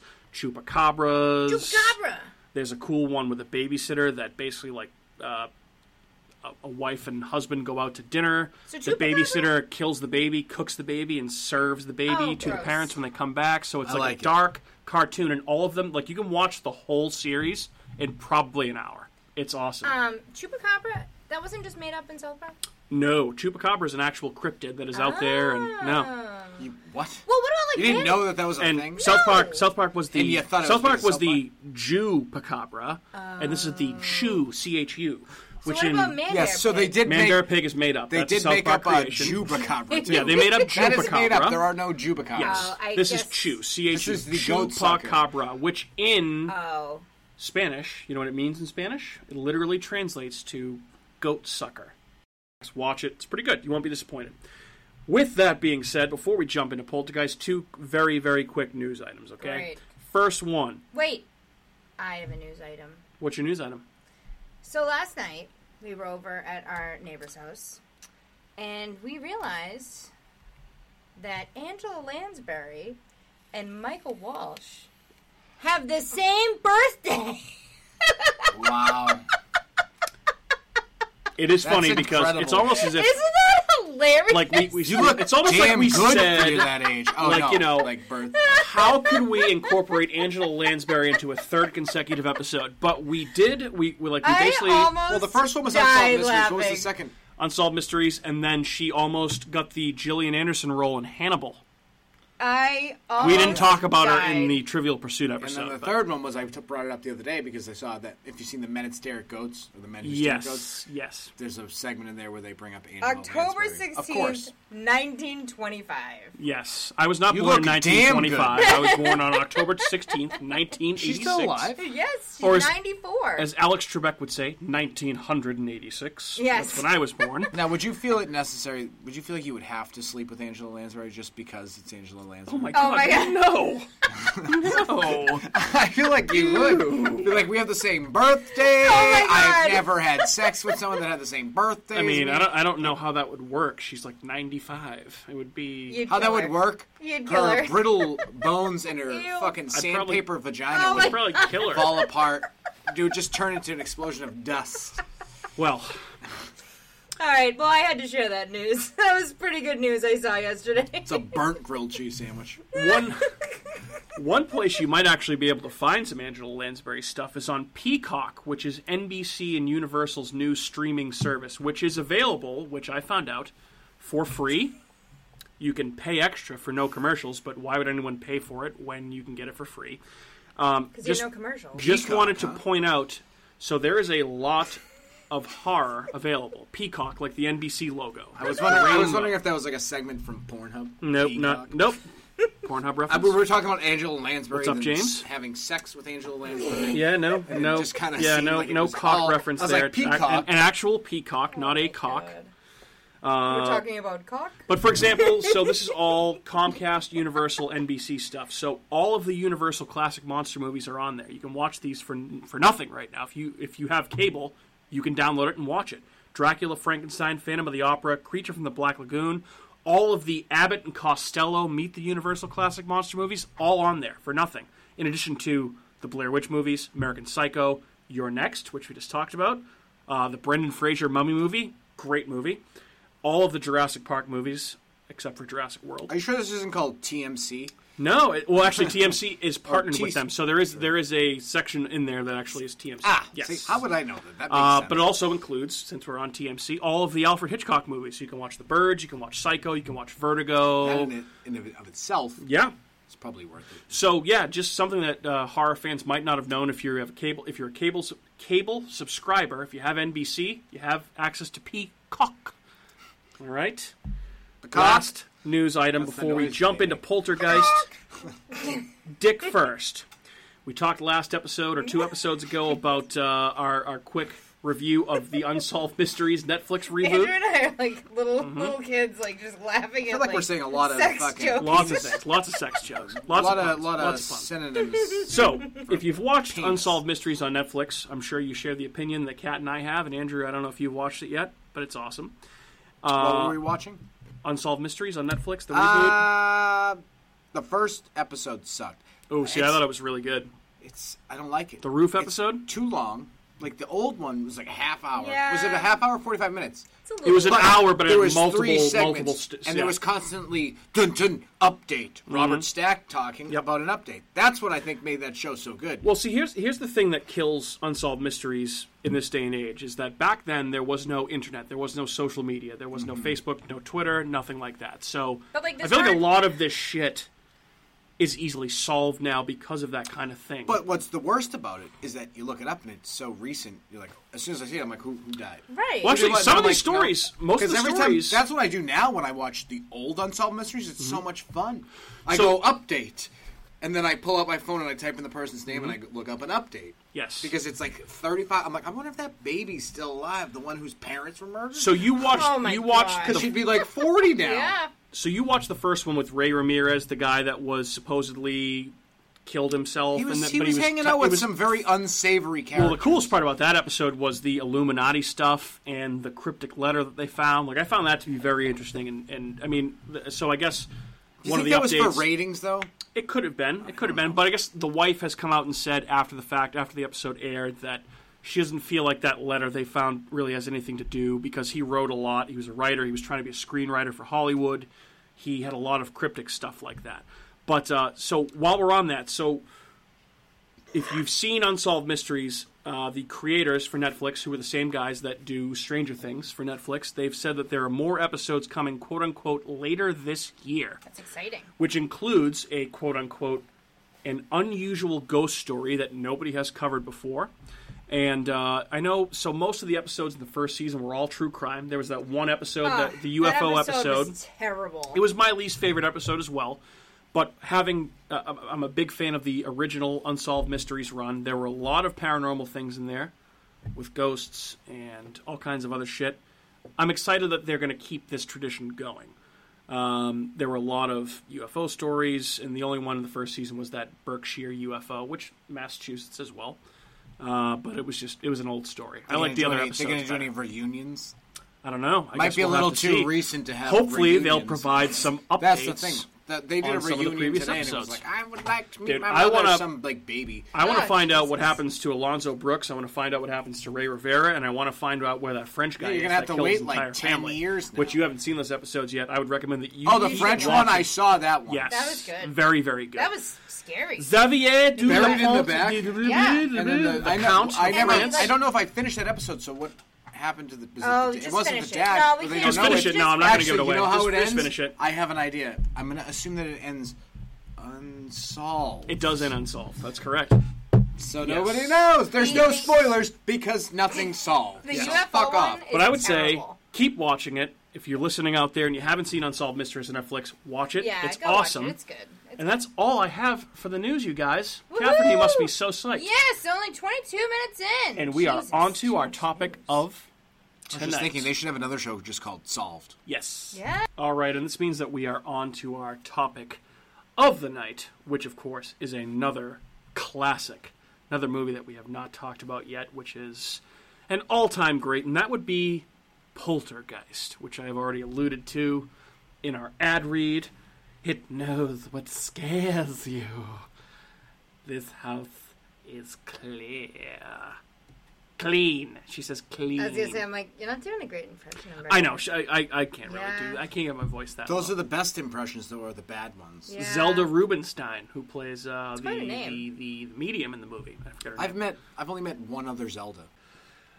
S1: Chupacabras.
S3: Chupacabra.
S1: There's a cool one with a babysitter that basically like uh, a, a wife and husband go out to dinner.
S3: So
S1: the
S3: Chupacabra-
S1: babysitter kills the baby, cooks the baby, and serves the baby
S3: Oh,
S1: to the
S3: gross.
S1: parents when they come back. So it's
S2: I
S1: like,
S2: like
S1: a
S2: it.
S1: dark cartoon, and all of them like you can watch the whole series in probably an hour. It's awesome.
S3: Um, Chupacabra. That wasn't just made up in South Park.
S1: no, Chupacabra is an actual cryptid that is out there, and no.
S3: Ah.
S2: You, what?
S3: Well, what about like
S2: you didn't
S3: man-
S2: know that that was a
S1: And
S2: thing?
S1: South Park,
S3: No!
S1: South Park was the
S2: And you thought it
S1: South
S2: was
S1: Park
S2: because
S1: was the Jew Chupacabra, and this is the Chew C H U.
S3: So
S1: Which
S3: what
S1: in-
S3: about Mandar?
S2: Yes, so they
S3: Pig?
S2: did
S1: Mandara
S2: make
S1: Pig is made up.
S2: they
S1: That's a
S2: did
S1: South
S2: make
S1: Park
S2: up a
S1: creation.
S2: Chupacabra. too.
S1: yeah, they made up
S2: That is made up.
S1: Chupacabra.
S2: There are no Chupacabras.
S1: Yes.
S3: Oh, I
S1: this is
S3: guess-
S1: Chu. C H
S2: This
S1: U.
S2: is the goat sucker.
S1: Chupacabra, which in
S3: Oh,
S1: Spanish, you know what it means in Spanish? It literally translates to goat sucker. Just watch it. It's pretty good. You won't be disappointed. With that being said, before we jump into Poltergeist, two very, very quick news items, okay?
S3: Great.
S1: First one.
S3: wait. I have a news item.
S1: What's your news item?
S3: So last night we were over at our neighbor's house, and we realized that Angela Lansbury and Michael Walsh have the same birthday. *laughs*
S2: Wow.
S1: It is
S2: That's
S1: funny because
S2: incredible.
S1: it's almost as if,
S3: Isn't that hilarious?
S1: like, we, we
S2: You look
S1: it's almost
S2: damn
S1: like we
S2: good
S1: said,
S2: for you that age. Oh,
S1: like,
S2: no,
S1: you know-
S2: like birth.
S1: how could we incorporate Angela Lansbury into a third consecutive episode? But we did. We, we like we
S3: I
S1: basically
S3: almost
S2: Well, the first one was
S3: *laughs* died
S2: unsolved mysteries.
S3: laughing.
S2: What was the second?
S1: unsolved mysteries, and then she almost got the Gillian Anderson role in Hannibal. We
S3: I almost
S1: didn't talk about her in
S3: died.
S1: the Trivial Pursuit
S2: And
S1: episode.
S2: then the
S1: but-
S2: third one was I t- brought it up the other day because I saw that if you've seen the Men That Stare at Goats or the Men Who Stare at Goats,
S1: yes, yes.
S2: there's a segment in there where they bring up Angela
S3: October
S2: Lansbury. Of course.
S3: sixteenth, nineteen twenty-five.
S1: Yes, I was not
S2: You
S1: born in
S2: look damn good.
S1: 1925. I was born on October 16th, 1986.
S2: She's still alive.
S3: Yes, she's
S1: Or is-
S3: ninety-four.
S1: As Alex Trebek would say, 1986.
S3: Yes.
S1: That's when I was
S2: *laughs*
S1: born.
S2: Now, would you feel it necessary? Would you feel like you would have to sleep with Angela Lansbury just because it's Angela Lansbury?
S1: Oh
S2: *laughs*
S1: my
S3: Oh
S1: god,
S3: my God.
S1: *laughs* no. no.
S2: I feel like you would. I feel like we have the same birthday.
S3: Oh my God.
S2: I've never had sex with someone that had the same birthday.
S1: I
S2: as
S1: mean,
S2: me.
S1: I don't, I don't know how that would work. She's like 95. It would be...
S3: You'd
S2: how that
S3: kill
S2: would
S3: her.
S2: work.
S3: You'd kill
S2: Her
S3: her.
S2: brittle bones and her
S3: *laughs* Ew.
S2: fucking
S1: probably-
S2: sandpaper vagina
S3: Oh
S2: would
S1: I'd *laughs* probably kill her.
S2: fall apart. Dude, just turn into an explosion of dust.
S1: Well,
S3: All right. Well, I had to share that news. *laughs* That was pretty good news I saw yesterday. *laughs*
S2: It's a burnt grilled cheese sandwich.
S1: one one place you might actually be able to find some Angela Lansbury stuff is on Peacock, which is NBC and Universal's new streaming service, which is available, which I found out, for free. You can pay extra for no commercials, but why would anyone pay for it when you can get it for free?
S3: Because
S1: just-
S3: you know commercials.
S1: Just
S2: Peacock,
S1: wanted to
S2: huh?
S1: point out so there is a lot of horror available. Peacock, like the NBC logo.
S2: I was wondering, I was wondering if that was like a segment from Pornhub.
S1: Nope,
S2: Peacock.
S1: not, nope. Pornhub
S2: Uh, we
S1: reference.
S2: were talking about Angela Lansbury.
S1: What's up,
S2: and
S1: James?
S2: s- Having sex with Angela Lansbury.
S1: Yeah, no, no,
S2: just kinda
S1: yeah,
S2: seemed
S1: no,
S2: like it
S1: no
S2: was
S1: cock
S2: all-
S1: reference
S2: I was
S1: there.
S2: like, peacock.
S1: An, an actual peacock, not a cock. Uh,
S3: We're talking about cock.
S1: But for example, so this is all Comcast, Universal, NBC stuff. So all of the Universal classic monster movies are on there. You can watch these for for nothing right now. If you if you have cable, you can download it and watch it. Dracula, Frankenstein, Phantom of the Opera, Creature from the Black Lagoon, all of the Abbott and Costello Meet the Universal classic monster movies, all on there for nothing. In addition to the Blair Witch movies, American Psycho, Your Next, which we just talked about, uh, the Brendan Fraser Mummy movie, great movie all of the Jurassic Park movies except for Jurassic World.
S2: Are you sure this isn't called TMC?
S1: No, it, well,
S2: *laughs*
S1: actually, TMC is partnered
S2: TC.
S1: with them, so there is there is a section in there that actually is TMC.
S2: Ah,
S1: yes.
S2: see, how would I know that? That makes
S1: uh,
S2: sense.
S1: but it also includes, since we're on TMC, all of the Alfred Hitchcock movies. So you can watch The Birds, you can watch Psycho, you can watch
S2: that
S1: Vertigo.
S2: in, it, in and of itself,
S1: Yeah.
S2: it's probably worth it.
S1: So yeah, just something that uh, horror fans might not have known if you have a cable if you're a cable sub- cable subscriber. If you have NBC, you have access to Peacock. All right.
S2: The
S1: last
S2: cost.
S1: news item
S2: That's the
S1: before we
S2: noise
S1: jump
S2: they
S1: into Poltergeist. *laughs* Dick first. We talked last episode or two episodes ago about uh, our our quick review of the Unsolved Mysteries Netflix
S3: Andrew
S1: reboot.
S3: and I are like little
S1: Mm-hmm.
S3: little kids, like just laughing. I
S2: feel like we're saying a lot of
S3: sex
S2: fucking-
S3: jokes.
S1: Lots of things, lots of sex jokes,
S2: a
S1: lots
S2: lot
S1: of
S2: of,
S1: puns,
S2: lot of
S1: lots of fun. *laughs*
S2: synonyms.
S1: So, if you've watched
S2: Penis.
S1: Unsolved Mysteries on Netflix, I'm sure you share the opinion that Kat and I have, and Andrew, I don't know if you've watched it yet, but it's awesome.
S2: what were
S1: Uh,
S2: we watching?
S1: Unsolved Mysteries on Netflix, the reboot.
S2: Uh, the first episode sucked.
S1: oh, see, I
S2: it's-
S1: thought it was really good.
S2: It's I don't like it.
S1: The roof
S2: It's
S1: episode?
S2: too long. Like the old one was like a half hour.
S3: Yeah.
S2: Was it a half hour? Forty five minutes.
S3: It's a
S1: It was an
S3: little-
S1: hour, but it
S2: there
S1: had
S2: was
S1: multiple,
S2: three segments,
S1: multiple. St-
S2: and
S1: yeah. Mm-hmm.
S2: there was constantly dun dun update. Robert Stack talking
S1: Yep.
S2: about an update. That's what I think made that show so good.
S1: Well, see, here's here's the thing that kills unsolved mysteries in this day and age is that back then there was no internet, there was no social media, there
S2: Mm-hmm.
S1: was no Facebook, no Twitter, nothing like that. So
S3: But, like,
S1: I
S3: this
S1: feel like a
S3: hard-
S1: lot of this shit is easily solved now because of that kind of thing.
S2: But what's the worst about it is that you look it up and it's so recent. You're like, as soon as I see it, I'm like, who, who died?
S3: Right.
S1: Well, actually,
S2: Like,
S1: some of
S2: I'm
S1: these
S2: like, no.
S1: stories, most of
S2: 'Cause
S1: the
S2: every
S1: stories, Mm-hmm.
S2: Time, that's what I do now when I watch the old Unsolved Mysteries. It's so much fun. I
S1: So-
S2: go update, and then I pull out my phone and I type in the person's name and I
S1: Mm-hmm.
S2: look up an update.
S1: Yes.
S2: Because it's like 35. I'm like, I wonder if that baby's still alive, the one whose parents were murdered.
S1: so you watched,
S3: Oh my
S1: you watched,
S3: God.
S2: Because
S1: the,
S2: she'd be like 40 now.
S3: yeah.
S1: so you watched the first one with Ray Ramirez, the guy that was supposedly killed himself.
S2: He was,
S1: and that,
S2: he
S1: but
S2: was,
S1: he was
S2: hanging
S1: te-
S2: out
S1: he
S2: with
S1: was-
S2: some very unsavory characters.
S1: Well, the coolest part about that episode was the Illuminati stuff and the cryptic letter that they found. Like, I found that to be very interesting, and, and I mean, th- so I guess
S2: Do you
S1: one
S2: think
S1: of
S2: that
S1: the updates
S2: was for ratings, though?
S1: it could have been, it could have been, but I guess the wife has come out and said after the fact, after the episode aired, that she doesn't feel like that letter they found really has anything to do because he wrote a lot. He was a writer. He was trying to be a screenwriter for Hollywood. He had a lot of cryptic stuff like that. But uh, so while we're on that, so if you've seen Unsolved Mysteries, uh, the creators for Netflix, who are the same guys that do Stranger Things for Netflix, they've said that there are more episodes coming, quote unquote, later this year,
S3: That's exciting.
S1: which includes a quote unquote an unusual ghost story that nobody has covered before. And uh, I know, so most of the episodes in the first season were all true crime. There was that one episode,
S3: Ah,
S1: that, the UFO
S3: that episode.
S1: episode.
S3: was terrible.
S1: It was my least favorite episode as well. But having, uh, I'm- I'm a big fan of the original Unsolved Mysteries run. There were a lot of paranormal things in there with ghosts and all kinds of other shit. I'm excited that they're going to keep this tradition going. Um, there were a lot of UFO stories, and the only one in the first season was that Berkshire UFO, which Massachusetts as well. Uh, but it was just it was an old story. I like the other
S2: They're
S1: episodes.
S2: going to do
S1: better.
S2: any reunions?
S1: I don't know. I
S2: Might
S1: guess
S2: be a
S1: we'll
S2: little
S1: have to
S2: too
S1: see.
S2: recent to have.
S1: Hopefully, they'll
S2: reunions.
S1: provide some updates.
S2: *laughs* That's the thing. That they did
S1: on
S2: a
S1: some of the
S2: reunion
S1: previous
S2: today, and it was
S1: episodes.
S2: like, I would like to meet
S1: Dude,
S2: my
S1: I
S2: mother,
S1: wanna-
S2: some like baby.
S1: I want to
S3: Ah,
S1: find out what
S3: Jesus.
S1: happens to Alonzo Brooks. I want to find out what happens to Ray Rivera, and I want to find out where that French guy
S2: Yeah, you're
S1: is
S2: gonna
S1: that
S2: have to
S1: killed his
S2: wait, like,
S1: entire
S2: 10
S1: family,
S2: years now.
S1: which you haven't seen those episodes yet. I would recommend that you.
S2: oh, the
S1: you
S2: French
S1: watch
S2: one. I
S1: it.
S2: saw that one.
S1: Yes,
S3: That was good.
S1: Very, very good.
S3: that was scary.
S1: Xavier du
S2: Buried in the
S1: Lapont-
S2: back.
S3: Yeah. And
S2: And then the, I know-
S1: Count.
S2: I
S1: of
S2: never.
S1: France.
S2: I don't know if I finished that episode. So what happened to the? was it
S3: Oh,
S2: the- it,
S3: just
S2: wasn't
S3: finish
S2: the
S3: it.
S2: dad.
S3: No, we
S2: but they
S3: can't
S2: don't
S1: Just
S2: know
S1: finish
S3: it.
S1: it. No, I'm not going to
S2: Actually,
S1: give it away.
S2: You know how
S1: just,
S2: it
S1: just
S2: ends?
S1: finish it.
S2: I have an idea. I'm going to assume that it ends unsolved.
S1: It does end unsolved. That's correct.
S2: so
S1: yes.
S2: nobody knows. There's
S3: The-
S2: no
S3: the-
S2: spoilers because nothing's solved.
S3: the
S2: so
S3: UFO
S2: fuck
S3: one
S2: off.
S3: is
S1: But I would
S3: terrible.
S1: say keep watching it. If you're listening out there and you haven't seen Unsolved Mysteries on Netflix, watch it.
S3: yeah,
S1: it's
S3: go
S1: awesome.
S3: Watch it. It's good. It's
S1: And that's all I have for the news, you guys.
S3: Woohoo!
S1: Catherine, you must be so psyched.
S3: Yes, only 22 minutes in.
S1: And we
S3: Jesus.
S1: are on to our topic of
S2: I
S1: tonight.
S2: was just thinking they should have another show just called Solved.
S1: yes.
S3: Yeah.
S1: All right, and this means that we are on to our topic of the night, which, of course, is another classic, another movie that we have not talked about yet, which is an all time great, and that would be Poltergeist, which I have already alluded to in our ad read. It knows what scares you. This house is clear. Clean. She says clean.
S3: I was gonna say, I'm like, you're not doing a great impression. of
S1: I know. sh- I, I, I can't really
S3: Yeah.
S1: do. I can't get my voice that.
S2: Those
S1: low.
S2: are the best impressions, though, are the bad ones.
S3: Yeah.
S1: Zelda Rubinstein, who plays uh, the,
S3: quite a
S1: the
S3: name.
S1: the medium in the movie. I forget her
S2: I've
S1: name.
S2: met. I've only met one other Zelda.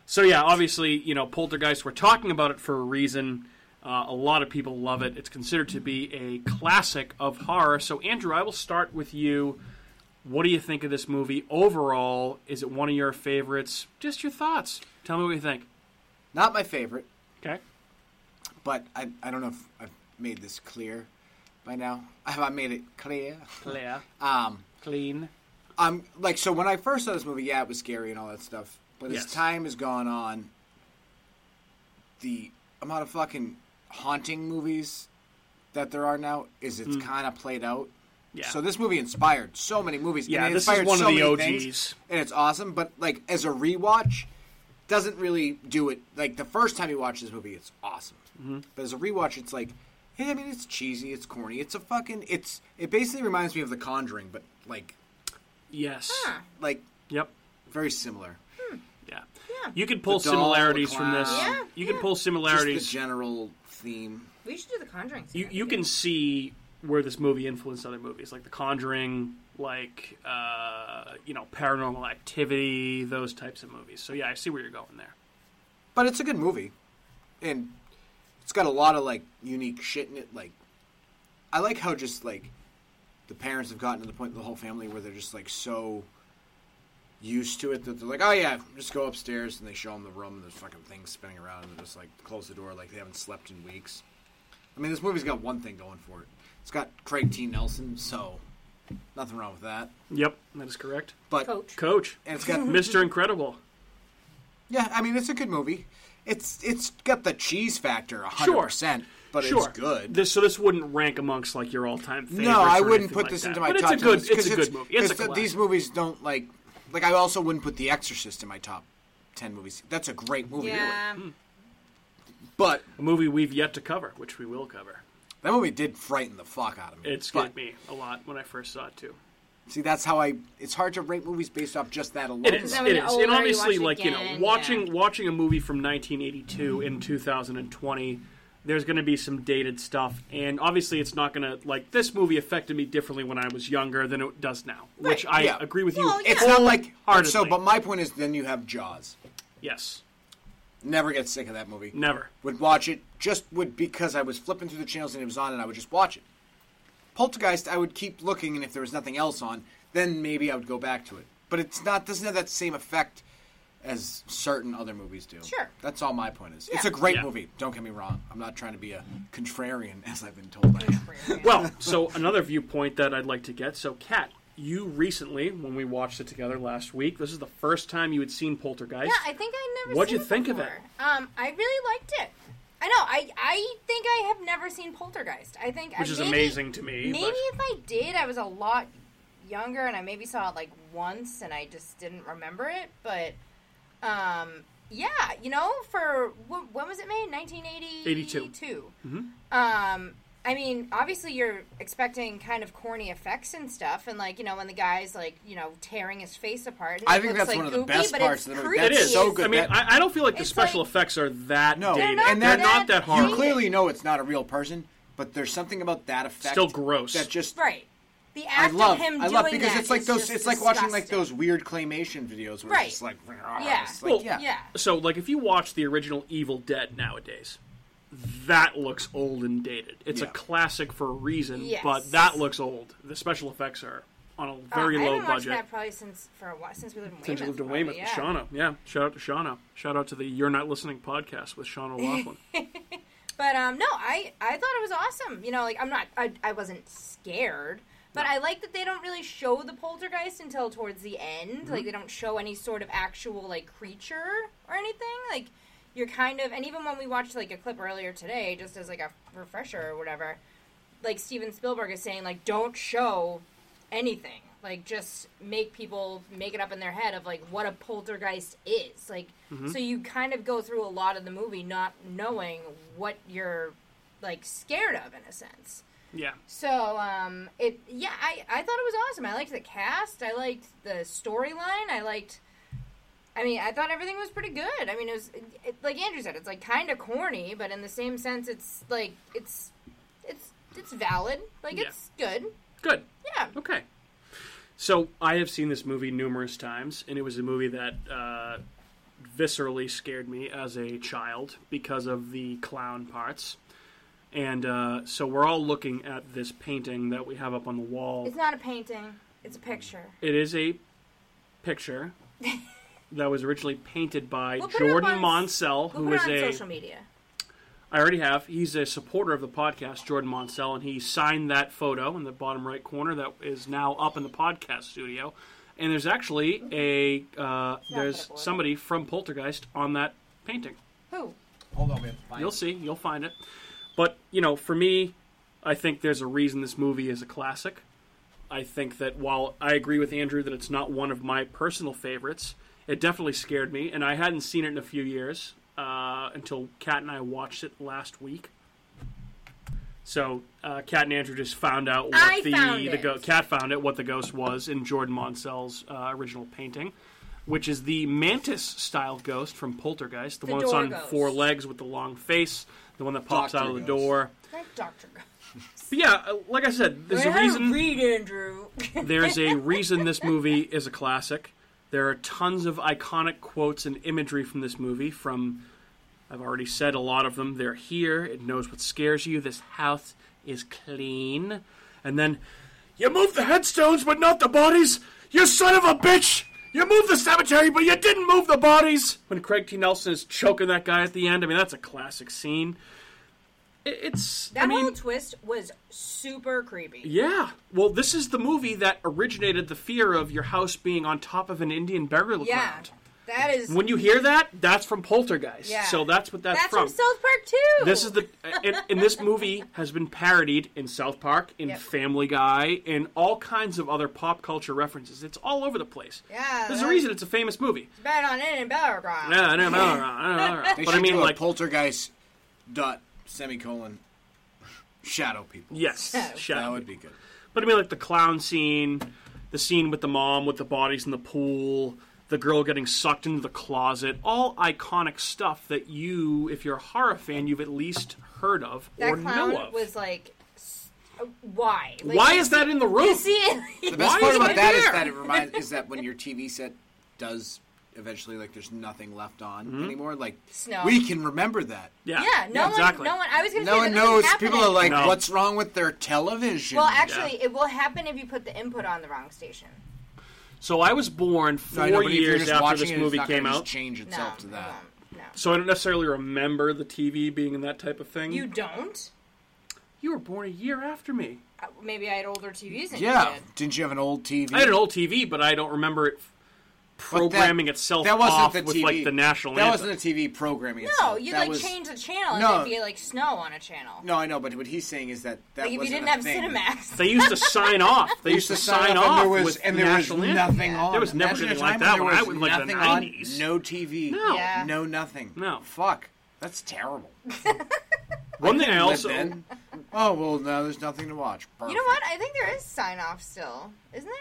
S1: So yeah, obviously, you know, Poltergeist. We're talking about it for a reason. Uh, a lot of people love it. It's considered to be a classic of horror. So Andrew, I will start with you. What do you think of this movie overall? Is it one of your favorites? Just your thoughts. Tell me what you think.
S2: Not my favorite.
S1: Okay.
S2: but I, I don't know if I've made this clear by now. Have I made it clear? *laughs*
S1: Clear.
S2: Um,
S1: Clean.
S2: I'm like so when I first saw this movie, yeah, it was scary and all that stuff. But
S1: Yes.
S2: as time has gone on, the amount of fucking haunting movies that there are now is it's kind of played out.
S1: Hmm. Yeah.
S2: So this movie inspired so many movies.
S1: Yeah,
S2: and it
S1: this is
S2: inspired
S1: one of
S2: so
S1: the
S2: many things,
S1: OGs.
S2: and it's awesome. But like as a rewatch, doesn't really do it. Like the first time you watch this movie, it's awesome.
S1: Mm-hmm.
S2: But as a rewatch, it's like, hey, I mean, it's cheesy, it's corny, it's a fucking, it's. It basically reminds me of The Conjuring, but like,
S1: Yes.
S3: Huh.
S2: like
S1: Yep.
S2: very similar.
S1: Yeah.
S3: Yeah.
S1: You could pull
S2: The doll, the
S1: similarities from this.
S2: clown.
S3: Yeah,
S1: you can
S3: yeah.
S1: pull
S2: Just
S1: similarities.
S2: the general theme.
S3: We should do the Conjuring.
S1: you you can see where this movie influenced other movies, like The Conjuring, like uh, you know Paranormal Activity, those types of movies. So yeah, I see where you're going there.
S2: But it's a good movie, and it's got a lot of like unique shit in it. Like, I like how just like the parents have gotten to the point, the whole family, where they're just like so used to it that they're like, oh yeah, just go upstairs, and they show them the room, and there's fucking things spinning around, and they're just like close the door, like they haven't slept in weeks. I mean, this movie's got one thing going for it. It's got Craig T. Nelson, so nothing wrong with that.
S1: Yep, that is correct.
S2: But
S3: Coach.
S1: Coach,
S2: and
S1: *laughs*
S2: it's got
S1: Mr. Incredible.
S2: yeah, I mean, it's a good movie. It's it's got the cheese factor, hundred
S1: Sure.
S2: percent, but
S1: sure,
S2: it's good.
S1: This so this wouldn't rank amongst like your all-time favorites.
S2: no, I
S1: or
S2: wouldn't
S1: anything
S2: put
S1: like
S2: this
S1: that.
S2: into my
S1: but
S2: top.
S1: it's a good,
S2: 10,
S1: it's,
S2: 'cause
S1: a good movie. It's a
S2: 'cause
S1: classic.
S2: these movies don't like like I also wouldn't put The Exorcist in my top ten movies. That's a great movie,
S3: Yeah.
S2: but
S1: a movie we've yet to cover, which we will cover.
S2: that movie did frighten the fuck out of me.
S1: It scared
S2: but,
S1: me a lot when I first saw it too.
S2: See, that's how I. It's hard to rate movies based off just that alone.
S1: It is.
S3: Because then
S1: It is.
S3: when you're
S1: And
S3: older, you
S1: obviously,
S3: watch it
S1: like you know,
S3: again,
S1: watching
S3: yeah.
S1: watching a movie from 1982 in 2020, there's going to be some dated stuff, and obviously, it's not going to like this movie affected me differently when I was younger than it does now, which I
S2: yeah.
S1: agree with
S3: Well,
S1: you.
S3: yeah.
S2: It's not like so.
S1: Wholeheartedly.
S2: But my point is, then you have Jaws.
S1: Yes,
S2: Never get sick of that movie.
S1: never.
S2: Would watch it just would because I was flipping through the channels and it was on, and I would just watch it. Poltergeist, I would keep looking, and if there was nothing else on, then maybe I would go back to it. But it's not doesn't have that same effect as certain other movies do.
S3: Sure.
S2: that's all my point is. It's a great
S1: Yeah.
S2: movie. Don't get me wrong. I'm not trying to be a contrarian, *laughs* as I've been told. I am.
S1: Well,
S3: *laughs*
S1: so another viewpoint that I'd like to get. So, Kat, you recently, when we watched it together last week, this is the first time you had seen Poltergeist.
S3: Yeah, I think I never.
S1: What'd
S3: seen
S1: you think of it?
S3: before. Um, I really liked it. I know. I I think I have never seen Poltergeist. I think
S1: Which
S3: I,
S1: is
S3: maybe-
S1: amazing to me,
S3: Maybe
S1: but-
S3: if I did, I was a lot younger, and I maybe saw it like once, and I just didn't remember it. But um, yeah, you know, for wh- when was it made? 1982.
S1: 82.
S3: Um, I mean, obviously you're expecting kind of corny effects and stuff, and like you know when the guy's like you know tearing his face apart. and
S2: I
S3: it
S2: think
S3: looks,
S2: that's
S3: like,
S2: one of the
S3: goopy,
S2: best
S3: but
S2: parts
S3: it's
S2: of the movie.
S3: creepy.
S1: it is.
S2: so good.
S1: I mean,
S2: That-
S1: I, I don't feel like the
S3: It's
S1: special
S3: like-
S1: effects are that
S2: No. They're
S1: dated.
S3: not
S1: and they're
S2: that
S1: not that hard.
S2: You clearly know it's not a real person, but there's something about that effect.
S1: Still gross.
S2: That just
S3: Right. The
S2: I
S3: act
S2: love.
S3: of him
S2: I love
S3: doing
S2: because
S3: that
S2: it's like
S3: is
S2: those.
S3: just
S2: It's like watching like
S3: disgusting.
S2: those weird claymation videos where
S3: Right.
S2: it's just like,
S3: Yeah.
S2: it's like,
S1: Well,
S2: yeah.
S3: Yeah.
S1: So, like, if you watch the original Evil Dead nowadays, that looks old and dated. It's a
S2: Yeah.
S1: classic for a reason,
S3: Yes.
S1: but that looks old. The special effects are on a
S3: Uh,
S1: very
S3: I
S1: low
S3: haven't watched
S1: budget.
S3: that probably since for a while since we lived in Weymouth.
S1: Since you lived in
S3: probably,
S1: Weymouth,
S3: yeah.
S1: Shauna. Yeah, shout out to Shauna. Shout out to the You're Not Listening podcast with
S3: *laughs*
S1: Shauna Laughlin.
S3: But um, no, I I thought it was awesome. You know, like I'm not I, I wasn't scared, but I like that they don't really show the poltergeist until towards the end. Like they don't show any sort of actual like creature or anything. Like you're kind of and even when we watched like a clip earlier today, just as like a refresher or whatever, like Steven Spielberg is saying like don't show anything. Like just make people make it up in their head of like what a poltergeist is. Like so you kind of go through a lot of the movie not knowing what you're like scared of in a sense.
S1: yeah.
S3: So um it yeah, I I thought it was awesome. I liked the cast, I liked the storyline, I liked I mean, I thought everything was pretty good. I mean, it was it, like Andrew said, it's like kind of corny, but in the same sense it's like it's it's it's valid. Like
S1: Yeah.
S3: it's good.
S1: Good.
S3: Yeah.
S1: Okay. So I have seen this movie numerous times, and it was a movie that uh, viscerally scared me as a child because of the clown parts. And uh, so we're all looking at this painting that we have up on the wall.
S3: It's not a painting. It's a picture.
S1: It is a picture that was originally painted by
S3: We'll put it up
S1: Jordan
S3: on s-
S1: Monsell,
S3: We'll
S1: who
S3: put it
S1: was
S3: on
S1: a
S3: social media.
S1: I already have. He's a supporter of the podcast, Jordan Monsell, and he signed that photo in the bottom right corner that is now up in the podcast studio. And there's actually a uh, there's
S3: put it.
S1: somebody from Poltergeist on that painting.
S3: Who?
S2: Hold on, we have to find
S1: You'll
S2: it.
S1: see. You'll find it. But you know, for me, I think there's a reason this movie is a classic. I think that while I agree with Andrew that it's not one of my personal favorites, it definitely scared me, and I hadn't seen it in a few years uh, until Kat and I watched it last week. So uh, Kat and Andrew just found out what
S3: I
S1: the
S3: found
S1: the go-
S3: it.
S1: Kat found it what the ghost was in Jordan Monsell's uh, original painting, which is the mantis style ghost from Poltergeist, the,
S3: The
S1: one that's
S3: door
S1: on
S3: ghost.
S1: four legs with the long face, the one that pops
S2: Doctor
S1: out of the
S2: ghost.
S1: door.
S3: That Dr. Go-
S1: But yeah, uh, like I said, there's
S3: I
S1: a
S3: had to
S1: reason.
S3: read Andrew.
S1: There's a reason this movie is a classic. There are tons of iconic quotes and imagery from this movie. From I've already said a lot of them. They're here. It knows what scares you. This house is clean. And then You moved the headstones, but not the bodies. You son of a bitch! You moved the cemetery, but you didn't move the bodies. When Craig T. Nelson is choking that guy at the end, I mean that's a classic scene. It- It's
S3: That
S1: I mean,
S3: whole twist was super creepy.
S1: yeah. Well, this is the movie that originated the fear of your house being on top of an Indian burial
S3: Yeah,
S1: ground.
S3: that is.
S1: When you hear that, that's from Poltergeist.
S3: Yeah.
S1: So that's what that's,
S3: that's from.
S1: from.
S3: South Park too.
S1: This is the and, and this movie has been parodied in South Park, in
S3: Yep.
S1: Family Guy, in all kinds of other pop culture references. It's all over the place.
S3: Yeah,
S1: there's a
S3: that's-
S1: reason it's a famous
S3: *laughs*
S1: movie.
S3: bad on it in Belgrade.
S1: No, no, no, no, no, no, no.
S2: They
S1: But
S2: should
S1: I mean,
S2: do
S1: like,
S2: a poltergeist dot semicolon shadow people.
S3: *laughs*
S1: yes,
S2: that
S1: shadow.
S2: would be good.
S1: But I mean, like the clown scene, the scene with the mom with the bodies in the pool, the girl getting sucked into the closet, all iconic stuff that you, if you're a horror fan, you've at least heard of
S3: That
S1: or
S3: clown
S1: know of.
S3: was like, s- uh, why? Like,
S1: Why
S3: you
S1: is that in the room?
S3: You *laughs* see it?
S2: The best
S1: Why
S2: part
S1: is
S2: about
S1: it
S2: that is
S1: there?
S2: that it reminds is
S3: *laughs*
S2: that when your TV set does eventually like there's nothing left on anymore. Like
S3: Snow.
S2: we can remember that.
S1: Mm-hmm. Yeah,
S3: yeah, no one,
S1: exactly.
S3: no one. I was gonna
S2: No
S3: say
S2: one
S3: that this
S2: knows.
S3: was
S2: People
S3: happening.
S2: are like,
S1: No.
S2: "What's wrong with their television?"
S3: well, actually, it will happen if you put the input on the wrong station.
S1: So I was born four
S2: I know, but if you're
S1: years
S2: just
S1: after
S2: watching
S1: this
S2: it, it's
S1: movie
S2: not gonna
S1: came
S2: just
S1: out,
S2: change
S3: No,
S2: itself to
S3: it
S2: that.
S3: won't. no,
S1: so I don't necessarily remember the TV being in that type of thing.
S3: you don't.
S1: You were born a year after me.
S3: Uh, Maybe I had older TVs. Than
S2: Yeah,
S3: you did.
S2: didn't you have an old TV?
S1: I had an old TV, but I don't remember it programming itself
S2: That wasn't
S1: off
S2: the TV.
S1: with like the national
S2: That
S1: anthem.
S2: wasn't the TV programming.
S3: No,
S2: itself.
S3: you'd
S2: That
S3: like
S2: was-
S3: change the channel and
S2: No.
S3: there'd be like snow on a channel.
S2: No, I know, but what he's saying is that that
S3: like if you
S2: wasn't
S3: didn't
S2: a
S3: have
S2: thing.
S3: Cinemax.
S1: They used to sign off. They used to sign
S2: and
S1: off
S2: there was,
S1: with
S2: and there was
S1: national anthem.
S2: nothing on.
S1: There was never
S2: Imagine a
S1: anything
S2: time
S1: like that
S2: there
S1: when I
S2: was
S1: was, like, the
S2: nothing on,
S1: 90s.
S2: No TV.
S1: No.
S3: Yeah.
S2: No nothing.
S1: No.
S2: Fuck. That's terrible.
S1: One thing I
S2: But
S1: also
S2: then, oh well, no, there's nothing to watch.
S3: You
S2: Perfect.
S3: know what? I think there is sign off still, isn't there?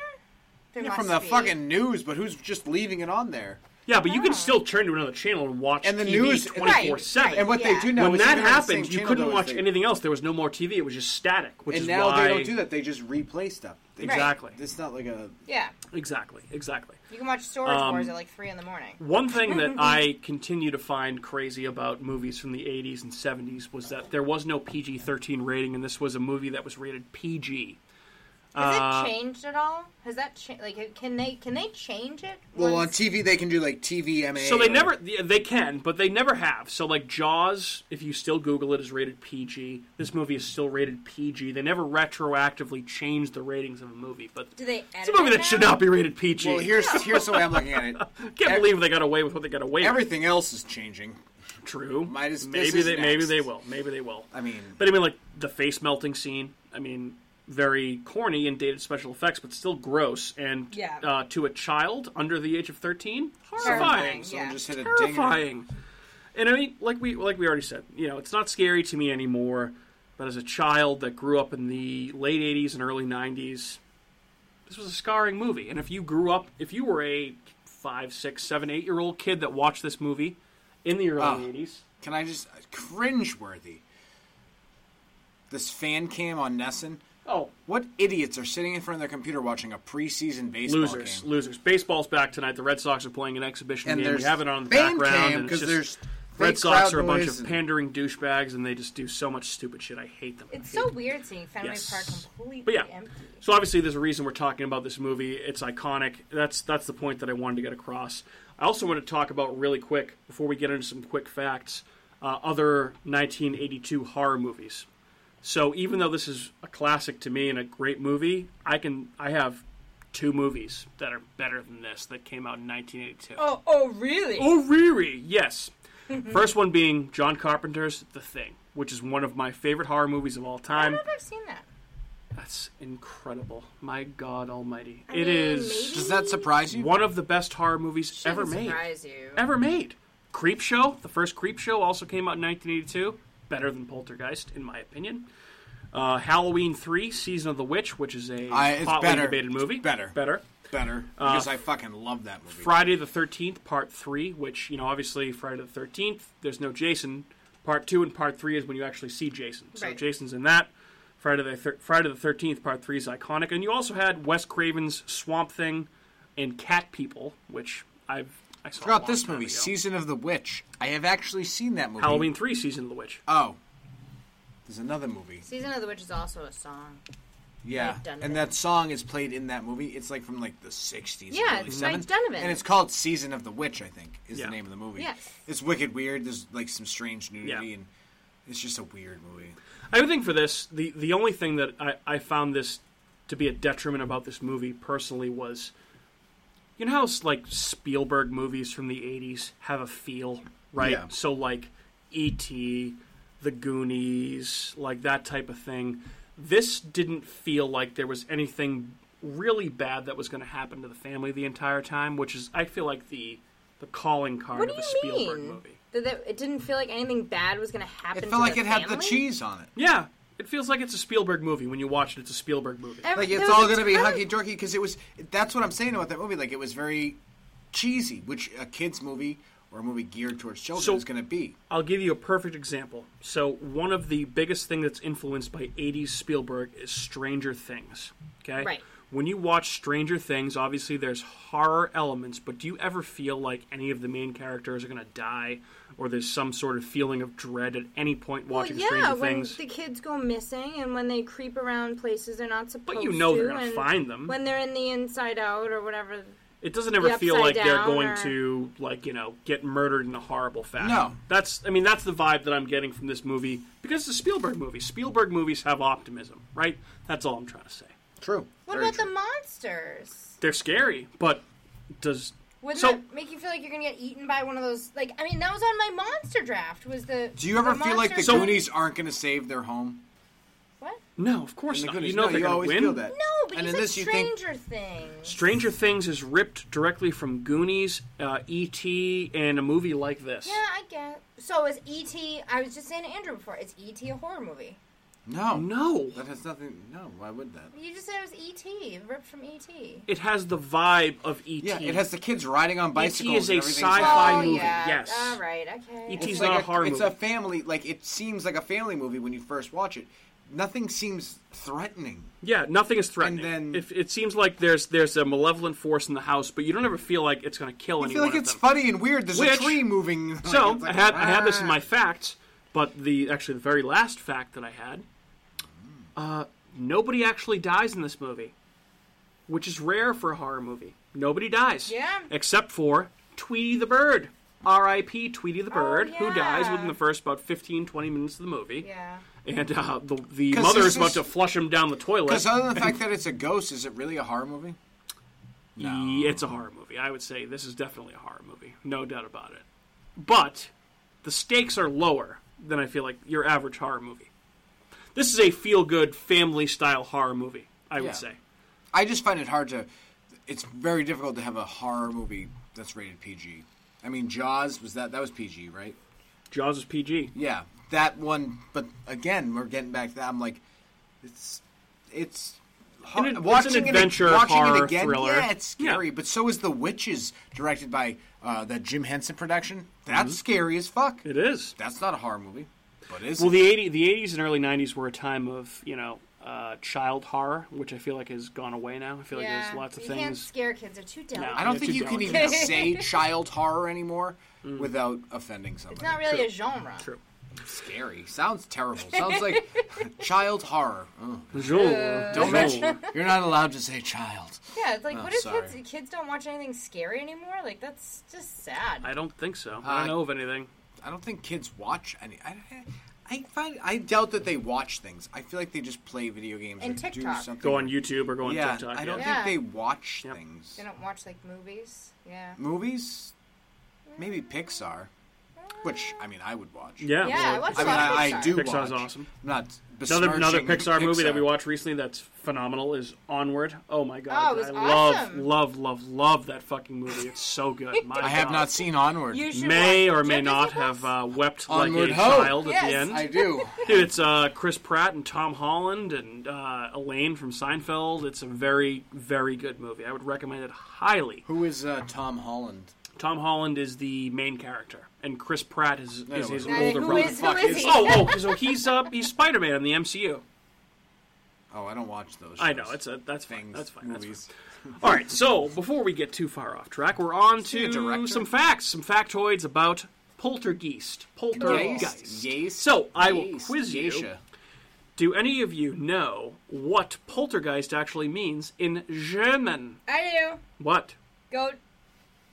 S3: There
S2: You're
S3: must
S2: from the
S3: be.
S2: fucking news, but who's just leaving it on there?
S1: yeah, but you can still turn to another channel and watch
S2: Ah. And the
S1: TV
S2: news- Right,
S1: twenty four
S3: right.
S1: seven.
S2: And what
S3: Yeah.
S2: they do now
S1: When
S2: is
S1: that
S2: even on the same
S1: happened, you
S2: channel,
S1: couldn't
S2: though, is
S1: watch
S2: they-
S1: anything else. There was no more TV. It was just static, which
S2: And
S1: is
S2: now
S1: why
S2: they don't do that. They just replay stuff. They
S3: Right.
S1: exactly,
S2: It's not like a
S3: Yeah,
S1: exactly, exactly.
S3: you can watch Storage
S1: Um,
S3: Wars at like three in the morning.
S1: One thing that I continue to find crazy about movies from the 80s and 70s was that there was no PG 13 rating, and this was a movie that was rated PG.
S3: Has
S1: Uh,
S3: it changed at all? Has that cha- like can they can they change it?
S2: well on
S3: once-
S2: TV they can do like TVMA.
S1: So they
S2: or-
S1: never, yeah, they can, but they never have. So, like Jaws, if you still Google it, is rated PG. This movie is still rated PG. They never retroactively changed the ratings of a movie, but
S3: do they?
S1: it's a movie that should not be rated PG.
S2: Well, here's here's the way I'm looking at it. *laughs*
S1: Can't believe they got away with what they got away with.
S2: Everything else is changing.
S1: True.
S2: Might as- this
S1: maybe
S2: is
S1: they maybe
S2: next.
S1: they will. Maybe they will.
S2: I mean,
S1: But I mean, like the face melting scene. I mean, very corny and dated special effects, but still gross. And
S3: Yeah.
S1: uh, to a child under the age of thirteen,
S3: Terrifying.
S1: horrifying,
S2: someone
S3: Yeah.
S2: just hit a dinger.
S1: terrifying. And I mean, like we like we already said, you know, it's not scary to me anymore. But as a child that grew up in the late '80s and early '90s, this was a scarring movie. And if you grew up, if you were a five, six, seven, eight-year-old kid that watched this movie in the early
S2: Ah.
S1: '80s,
S2: Can I just cringeworthy? This fan cam on Nesson.
S1: oh,
S2: What idiots are sitting in front of their computer watching a preseason baseball
S1: Losers,
S2: game?
S1: losers. Baseball's back tonight. The Red Sox are playing an exhibition
S2: And
S1: game.
S2: there's
S1: We have it on in the
S2: fan
S1: background.
S2: cam
S1: and it's
S2: 'cause
S1: just-
S2: there's
S1: Red
S2: fake
S1: Sox
S2: crowd
S1: are a bunch
S2: noise
S1: of
S2: and-
S1: pandering douchebags, and they just do so much stupid shit. I hate them.
S3: It's so weird seeing Fenway
S1: Yes.
S3: Park completely
S1: But yeah.
S3: empty.
S1: So obviously, there's a reason we're talking about this movie. It's iconic. That's that's the point that I wanted to get across. I also want to talk about really quick before we get into some quick facts, uh, other 1982 horror movies. So even though this is a classic to me and a great movie, I can I have two movies that are better than this that came out in 1982.
S3: Oh, Mm-hmm. oh, really?
S1: O'Reary, yes. First one being John Carpenter's The Thing, which is one of my favorite horror movies of all
S3: I don't
S1: time.
S3: know if I've seen that.
S1: That's incredible. My God Almighty.
S3: mean,
S1: It is
S3: maybe.
S2: Does that surprise you?
S1: one of the best horror movies ever
S3: Shouldn't
S1: made.
S3: surprise you.
S1: Ever made. Creep Show, the first Creep Show, also came out in 1982. Better than Poltergeist, in my opinion. Uh, Halloween 3, Season of the Witch, which is a
S2: I- it's
S1: hotly
S2: better.
S1: debated
S2: It's
S1: movie.
S2: better.
S1: Better.
S2: Better because I fucking love that movie.
S1: Friday the 13th, part three, which, you know, obviously Friday the 13th, there's no Jason. Part two and part three is when you actually see Jason. So
S3: Right.
S1: Jason's in that. Friday the, thir- Friday the 13th, part three is iconic. And you also had Wes Craven's Swamp Thing and Cat People, which I've. I saw a
S2: Forgot
S1: long
S2: this
S1: time
S2: movie,
S1: ago.
S2: Season of the Witch. I have actually seen that movie.
S1: Halloween 3, Season of the Witch.
S2: Oh, there's another movie.
S3: Season of the Witch is also a song.
S2: Yeah,
S3: Mike Donovan.
S2: and that song is played in that movie. It's like from like the '60s.
S3: Yeah,
S2: early
S3: it's
S2: 70s.
S3: Mike Donovan.
S2: and it's called "Season of the Witch." I think is
S1: Yeah.
S2: the name of the movie.
S3: Yes.
S2: it's wicked weird. There's like some strange nudity,
S1: Yeah.
S2: and it's just a weird movie.
S1: I would think for this, the the only thing that I, I found this to be a detriment about this movie personally was, you know how like Spielberg movies from the '80s have a feel, right?
S2: Yeah.
S1: So like E.T., The Goonies, like that type of thing. This didn't feel like there was anything really bad that was going to happen to the family the entire time, which is I feel like the the calling card
S3: What do
S1: of a
S3: you
S1: Spielberg
S3: mean?
S1: movie.
S3: That, that it didn't feel like anything bad was going to happen.
S2: It
S3: to
S2: felt like
S3: the
S2: it had the
S3: family?
S2: cheese on it.
S1: Yeah, it feels like it's a Spielberg movie when you watch it. It's a Spielberg movie.
S3: Every-
S2: Like
S3: there
S2: it's
S3: was
S2: all
S3: a
S2: going to be
S3: ton-
S2: hunky dorky because it was. That's what I'm saying about that movie. Like it was very cheesy, which a kids movie or a movie geared towards children
S1: So-
S2: is going to be.
S1: I'll give you a perfect example. So one of the biggest thing that's influenced by 80s Spielberg is Stranger Things. Okay?
S3: Right.
S1: When you watch Stranger Things, obviously there's horror elements, but do you ever feel like any of the main characters are going to die or there's some sort of feeling of dread at any point
S3: Well,
S1: watching
S3: yeah,
S1: Stranger
S3: when
S1: Things?
S3: the kids go missing and when they creep around places they're not supposed to.
S1: But you know they're
S3: going
S1: going to
S3: to
S1: find them.
S3: When they're in the inside out or whatever.
S1: it doesn't ever
S3: the
S1: feel like
S3: Upside
S1: they're
S3: Down
S1: going
S3: or-
S1: to like, you know, get murdered in a horrible fashion.
S2: No.
S1: That's I mean that's the vibe that I'm getting from this movie because it's a Spielberg movie. Spielberg movies have optimism, right? That's all I'm trying to say.
S2: True.
S3: What about the monsters?
S1: they're scary, but does
S3: Wouldn't
S1: So-
S3: that make you feel like you're gonna get eaten by one of those? Like, I mean, that was on my monster draft. Was the
S2: Do you ever feel like the
S3: monsters on-
S2: Goonies aren't going to save their home?
S3: What?
S1: no? Of course
S2: In the
S1: not.
S2: Goonies,
S1: You know
S2: no,
S1: they're
S2: you
S1: gonna
S2: always
S1: win.
S2: feel that.
S3: No, but
S2: and
S3: he's
S2: in this, you think
S3: Stranger Things.
S1: Stranger Things is ripped directly from Goonies, uh, E.T., and a movie like this.
S3: Yeah, I get. So is E.T. I was just saying to Andrew before. Is E.T. a horror movie?
S2: no,
S1: No,
S2: that has nothing. No, why would that?
S3: You just said it was E.T. ripped from E E.T.
S1: it has the vibe of E E.T.
S2: Yeah, it has the kids riding on bicycles.
S1: is a
S2: and everything's
S1: sci-fi
S2: fine.
S3: oh,
S1: movie,
S3: Yeah.
S1: yes. E
S3: All right. Okay.
S1: E.T. 's
S2: It's
S1: not
S2: like
S1: a horror
S2: It's
S1: movie.
S2: a family. Like it seems like a family movie when you first watch it. Nothing seems threatening.
S1: Yeah, nothing is threatening.
S2: And then-
S1: if, it seems like there's there's a malevolent force in the house, but you don't ever feel like it's going to kill
S2: I feel
S1: anyone.
S2: like
S1: of
S2: it's
S1: them.
S2: funny and weird. There's
S1: Which-
S2: a tree moving. *laughs* Like,
S1: So
S2: it's like,
S1: I had I had this in
S2: ah.
S1: my facts, but the actually the very last fact that I had, uh, nobody actually dies in this movie, which is rare for a horror movie. Nobody dies,
S3: Yeah.
S1: except for Tweety the bird. R.I.P. Tweety
S2: Oh,
S1: the bird, who
S3: yeah.
S1: dies within the first about 15, 20 minutes of the movie,
S3: Yeah.
S1: and uh, the the
S2: 'Cause
S1: mother
S2: this
S1: is about
S2: is-
S1: to flush him down the toilet.
S2: Because other than the fact that it's a ghost, is it really a horror movie?
S1: Yeah, it's a horror movie. I would say this is definitely a horror movie, no doubt about it. But the stakes are lower than I feel like your average horror movie. This is a feel-good family-style horror movie. I
S2: Yeah.
S1: would say.
S2: I just find it hard to. It's very difficult to have a horror movie that's rated PG. I mean, Jaws was that that was PG, right?
S1: Jaws is PG.
S2: Yeah, that one. But again, we're getting back to that. I'm like, it's it's hard.
S1: An- it's an
S2: watching it ag-
S1: adventure,
S2: watching
S1: horror,
S2: it again.
S1: thriller.
S2: Yeah, it's scary.
S1: Yeah.
S2: But so is the witches, directed by uh, that Jim Henson production.
S1: Mm-hmm.
S2: That's scary as fuck.
S1: It is.
S2: That's not a horror movie, but is
S1: Well,
S2: it?
S1: the 80, the 80s and early 90s were a time of, you know, uh, child horror, which I feel like has gone away now. I feel like
S3: yeah.
S1: there's lots of
S3: you can't
S1: things.
S3: scare kids. They're too delicate.
S2: I don't
S1: Yeah,
S2: think
S1: too
S2: you can even
S1: delicate. *laughs*
S2: say child horror anymore
S1: Mm.
S2: without offending somebody.
S3: It's not really a genre.
S1: True.
S2: scary. Sounds terrible. Sounds
S3: *laughs*
S2: like child horror. Oh. Ugh.
S3: Uh,
S1: Don't mention.
S2: You're not allowed to say child.
S3: Yeah, it's like
S2: Oh,
S3: what if
S2: sorry.
S3: kids kids don't watch anything scary anymore? Like that's just sad.
S1: I don't think so. I don't
S2: Uh,
S1: know of anything.
S2: I don't think kids watch any. I, I, I find I doubt that they watch things. I feel like they just play video games
S3: And
S2: or do
S3: TikTok.
S2: something.
S1: Go on YouTube or go on
S2: Yeah,
S1: TikTok.
S2: I don't
S1: yeah.
S3: Yeah.
S2: think they watch
S1: Yep.
S2: things.
S3: They don't watch like movies. Yeah.
S2: Movies, maybe Pixar, which I mean I would watch.
S1: Yeah,
S3: Yeah,
S1: well,
S3: I watched
S2: I
S3: a
S2: mean
S3: lot of
S2: I, I
S3: Pixar.
S2: do.
S1: Pixar's
S2: watch.
S1: awesome.
S2: I'm not
S1: Another, another
S2: besmirching
S1: Pixar, movie that we watched recently that's phenomenal is Onward. Oh my god,
S3: Oh, it was
S1: I
S3: awesome.
S1: love, love, love, love that fucking movie. It's so
S3: *laughs*
S1: good. My
S2: I have
S1: God.
S2: not seen Onward.
S3: You should
S1: May
S3: watch-
S1: or
S3: Is
S1: may
S3: that
S1: not
S3: Disney
S1: have
S3: Plus?
S1: uh, wept
S2: Onward
S1: like a
S2: Ho.
S1: child at
S3: Yes.
S1: the end.
S2: I do.
S1: Dude, it's uh, Chris Pratt and Tom Holland and uh, Elaine from Seinfeld. It's a very, very good movie. I would recommend it highly.
S2: Who is uh, Tom Holland?
S1: Tom Holland is the main character, and Chris Pratt is,
S2: No,
S1: is
S2: no,
S1: his
S2: no.
S3: Now,
S1: older
S3: who
S1: brother.
S3: is- who
S2: Fuck,
S3: is
S2: it's-
S3: he?
S1: oh, oh, so he's uh, he's Spider Man in the MCU.
S2: Oh, I don't watch those.
S1: I know
S2: shows.
S1: it's a that's fine.
S2: things,
S1: That's fine. That's fine.
S2: movies.
S1: All right, so before we get too far off track, we're on
S2: he a
S1: to
S2: director?
S1: some facts, some factoids about poltergeist. Poltergeist.
S2: Geist? Geist?
S1: So I will
S2: Geist.
S1: quiz you.
S2: Geisha.
S1: Do any of you know what poltergeist actually means in German?
S3: I do.
S1: What?
S3: Goat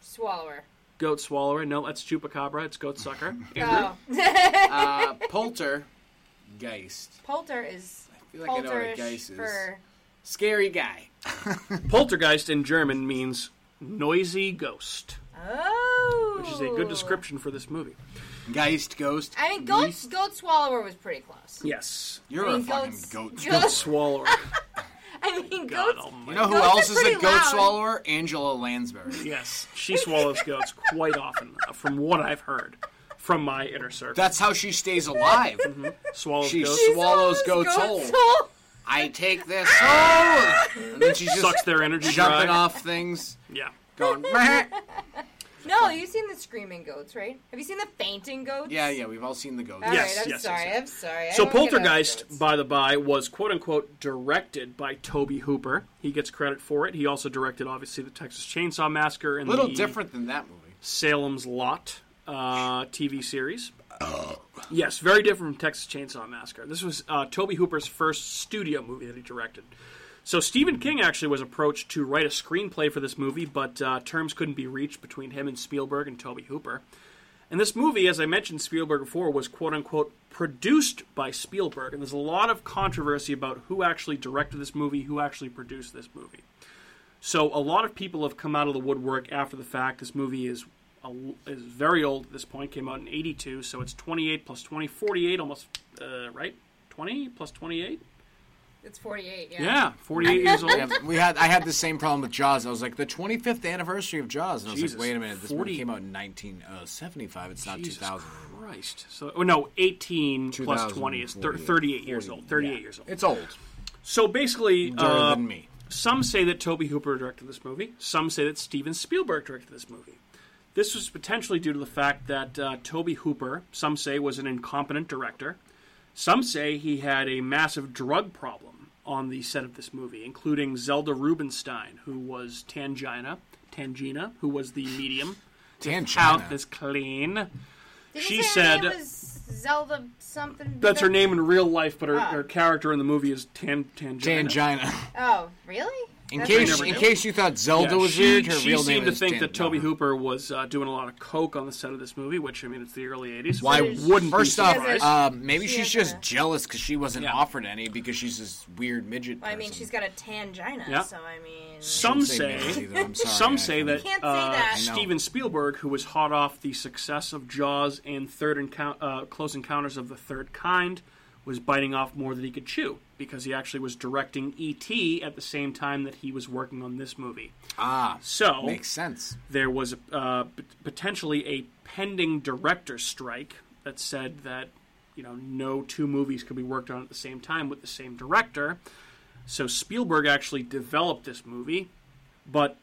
S3: swallower.
S1: Goat swallower? No, that's chupacabra. It's goat sucker. Andrew?
S3: Oh.
S2: Uh, Polter, Geist.
S3: Polter is
S2: I feel like I know what a
S3: polterish
S2: Geist is.
S3: for
S2: Scary guy.
S1: Poltergeist in German means noisy ghost,
S3: oh,
S1: which is a good description for this movie.
S2: Geist, ghost.
S3: I mean, goat
S2: Geist.
S3: goat swallower was pretty close.
S1: Yes.
S2: You're a
S3: I mean,
S2: fucking
S3: goats-
S2: goat.
S3: *laughs* goats-
S1: Swallower.
S2: swallower.
S3: I mean,
S1: God
S3: goats.
S1: almighty.
S2: You know who
S3: Goats are
S2: else is a
S3: pretty
S2: goat
S3: loud.
S2: swallower? Angela Lansbury.
S1: Yes, she swallows goats quite often, uh, from what I've heard from my inner circle.
S2: That's how she stays alive.
S1: swallows
S2: She
S1: goats,
S2: swa- swallows goats whole.
S3: whole.
S2: I take *laughs* this soul, Oh! and then she's just
S1: *laughs* sucks their energy
S2: *laughs* jumping
S1: dry.
S2: off things,
S1: Yeah.
S2: *laughs* going. "Meh."
S1: *laughs*
S3: No, you've seen the screaming goats, right? Have you seen the fainting goats?
S2: yeah, yeah, we've all seen the goat.
S3: All
S1: Yes,
S3: right, I'm
S1: yes, yes,
S3: sorry.
S1: yes.
S3: I'm sorry. I
S1: So
S3: don't get about
S1: Poltergeist,
S3: goats.
S1: by the by, was quote unquote directed by Toby Hooper. He gets credit for it. He also directed, obviously, the Texas Chainsaw Massacre and
S2: A little
S1: the
S2: different than that movie.
S1: Salem's Lot uh, TV series. yes, very different from Texas Chainsaw Massacre. This was uh, Toby Hooper's first studio movie that he directed. So Stephen King actually was approached to write a screenplay for this movie, but uh, terms couldn't be reached between him and Spielberg and Toby Hooper. And this movie, as I mentioned Spielberg before, was quote unquote produced by Spielberg. And there's a lot of controversy about who actually directed this movie, who actually produced this movie. So a lot of people have come out of the woodwork after the fact. This movie is a, is very old at this point. Came out in '82, so it's 28 plus 20, 48, almost uh, right. 20 plus 28.
S3: it's 48. Yeah.
S1: Yeah, 48 years old.
S2: Yeah, we had I had the same problem with Jaws. I was like the 25th anniversary of Jaws, and I was
S1: Jesus,
S2: like, wait a minute, this
S1: 40
S2: movie came out in 1975. It's not
S1: Jesus
S2: 2000.
S1: Christ. So oh, no, 18 plus 20 is thir-
S2: 2048,
S1: 38 years old. 38
S2: Yeah.
S1: years old.
S2: It's old.
S1: So basically,
S2: Older
S1: uh,
S2: than me.
S1: Some say that Toby Hooper directed this movie. Some say that Steven Spielberg directed this movie. This was potentially due to the fact that uh, Toby Hooper, some say, was an incompetent director. Some say he had a massive drug problem on the set of this movie, including Zelda Rubinstein, who was Tangina, Tangina, who was the medium.
S2: Tangina.
S1: Out is clean.
S3: Didn't
S1: She
S3: you say
S1: said-
S3: her name was Zelda something.
S1: That's her
S3: because-
S1: name in real life, but her, her character in the movie is Tan Tangina.
S2: Tangina.
S3: Oh, really?
S2: In
S3: That's
S2: case
S1: never
S2: in
S1: knew.
S2: case you thought Zelda
S1: Yeah,
S2: was
S1: she,
S2: weird, her
S1: she
S2: real name
S1: seemed to
S2: is
S1: think that Toby
S2: Tangina.
S1: Hooper was uh, doing a lot of coke on the set of this movie, which I mean, it's the early '80s.
S2: Why
S1: It wouldn't?
S2: First
S1: be
S2: off,
S1: surprised.
S2: uh, maybe
S3: She
S2: she's
S3: has
S2: just
S3: a-
S2: jealous because she wasn't
S1: Yeah.
S2: offered any because she's this weird midget.
S3: Well, I mean,
S2: person.
S3: she's got a tangina,
S1: Yeah.
S3: so I mean,
S1: some
S2: Say midget
S1: say,
S2: either, I'm
S1: *laughs*
S2: sorry,
S1: some
S2: I-
S1: say that,
S3: can't say
S1: uh,
S3: that. I
S2: know.
S1: Steven Spielberg, who was hot off the success of Jaws and Third Encou- uh, Close Encounters of the Third Kind, was biting off more than he could chew because he actually was directing E.T. at the same time that he was working on this movie.
S2: ah
S1: So
S2: makes sense.
S1: there was uh, p- potentially a pending director strike that said that you know no two movies could be worked on at the same time with the same director. So Spielberg actually developed this movie, but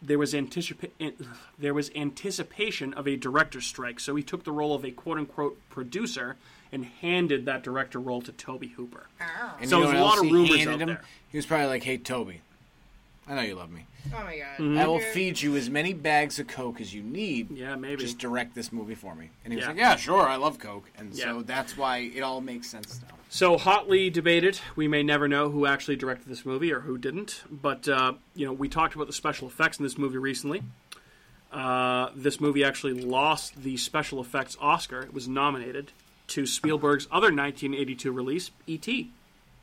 S1: there was anticipa- an- there was anticipation of a director strike, so he took the role of a quote unquote producer and handed that director role to Toby Hooper.
S3: Ow.
S2: And
S1: So
S2: you know
S1: there's a
S2: what
S1: lot
S2: else
S1: of
S2: he
S1: rumors
S2: handed
S1: out
S2: him?
S1: there.
S2: He was probably like, "Hey, Toby, I know you love me.
S3: oh my god,
S1: Mm-hmm.
S2: I will feed you as many bags of Coke as you need.
S1: Yeah, maybe.
S2: Just direct this movie for me." And he was
S1: Yeah.
S2: like, "Yeah, sure, I love Coke." And
S1: Yeah.
S2: so that's why it all makes sense now.
S1: So hotly debated. We may never know who actually directed this movie or who didn't. But uh, you know, we talked about the special effects in this movie recently. Uh, this movie actually lost the special effects Oscar. It was nominated to Spielberg's other 1982 release, E E.T.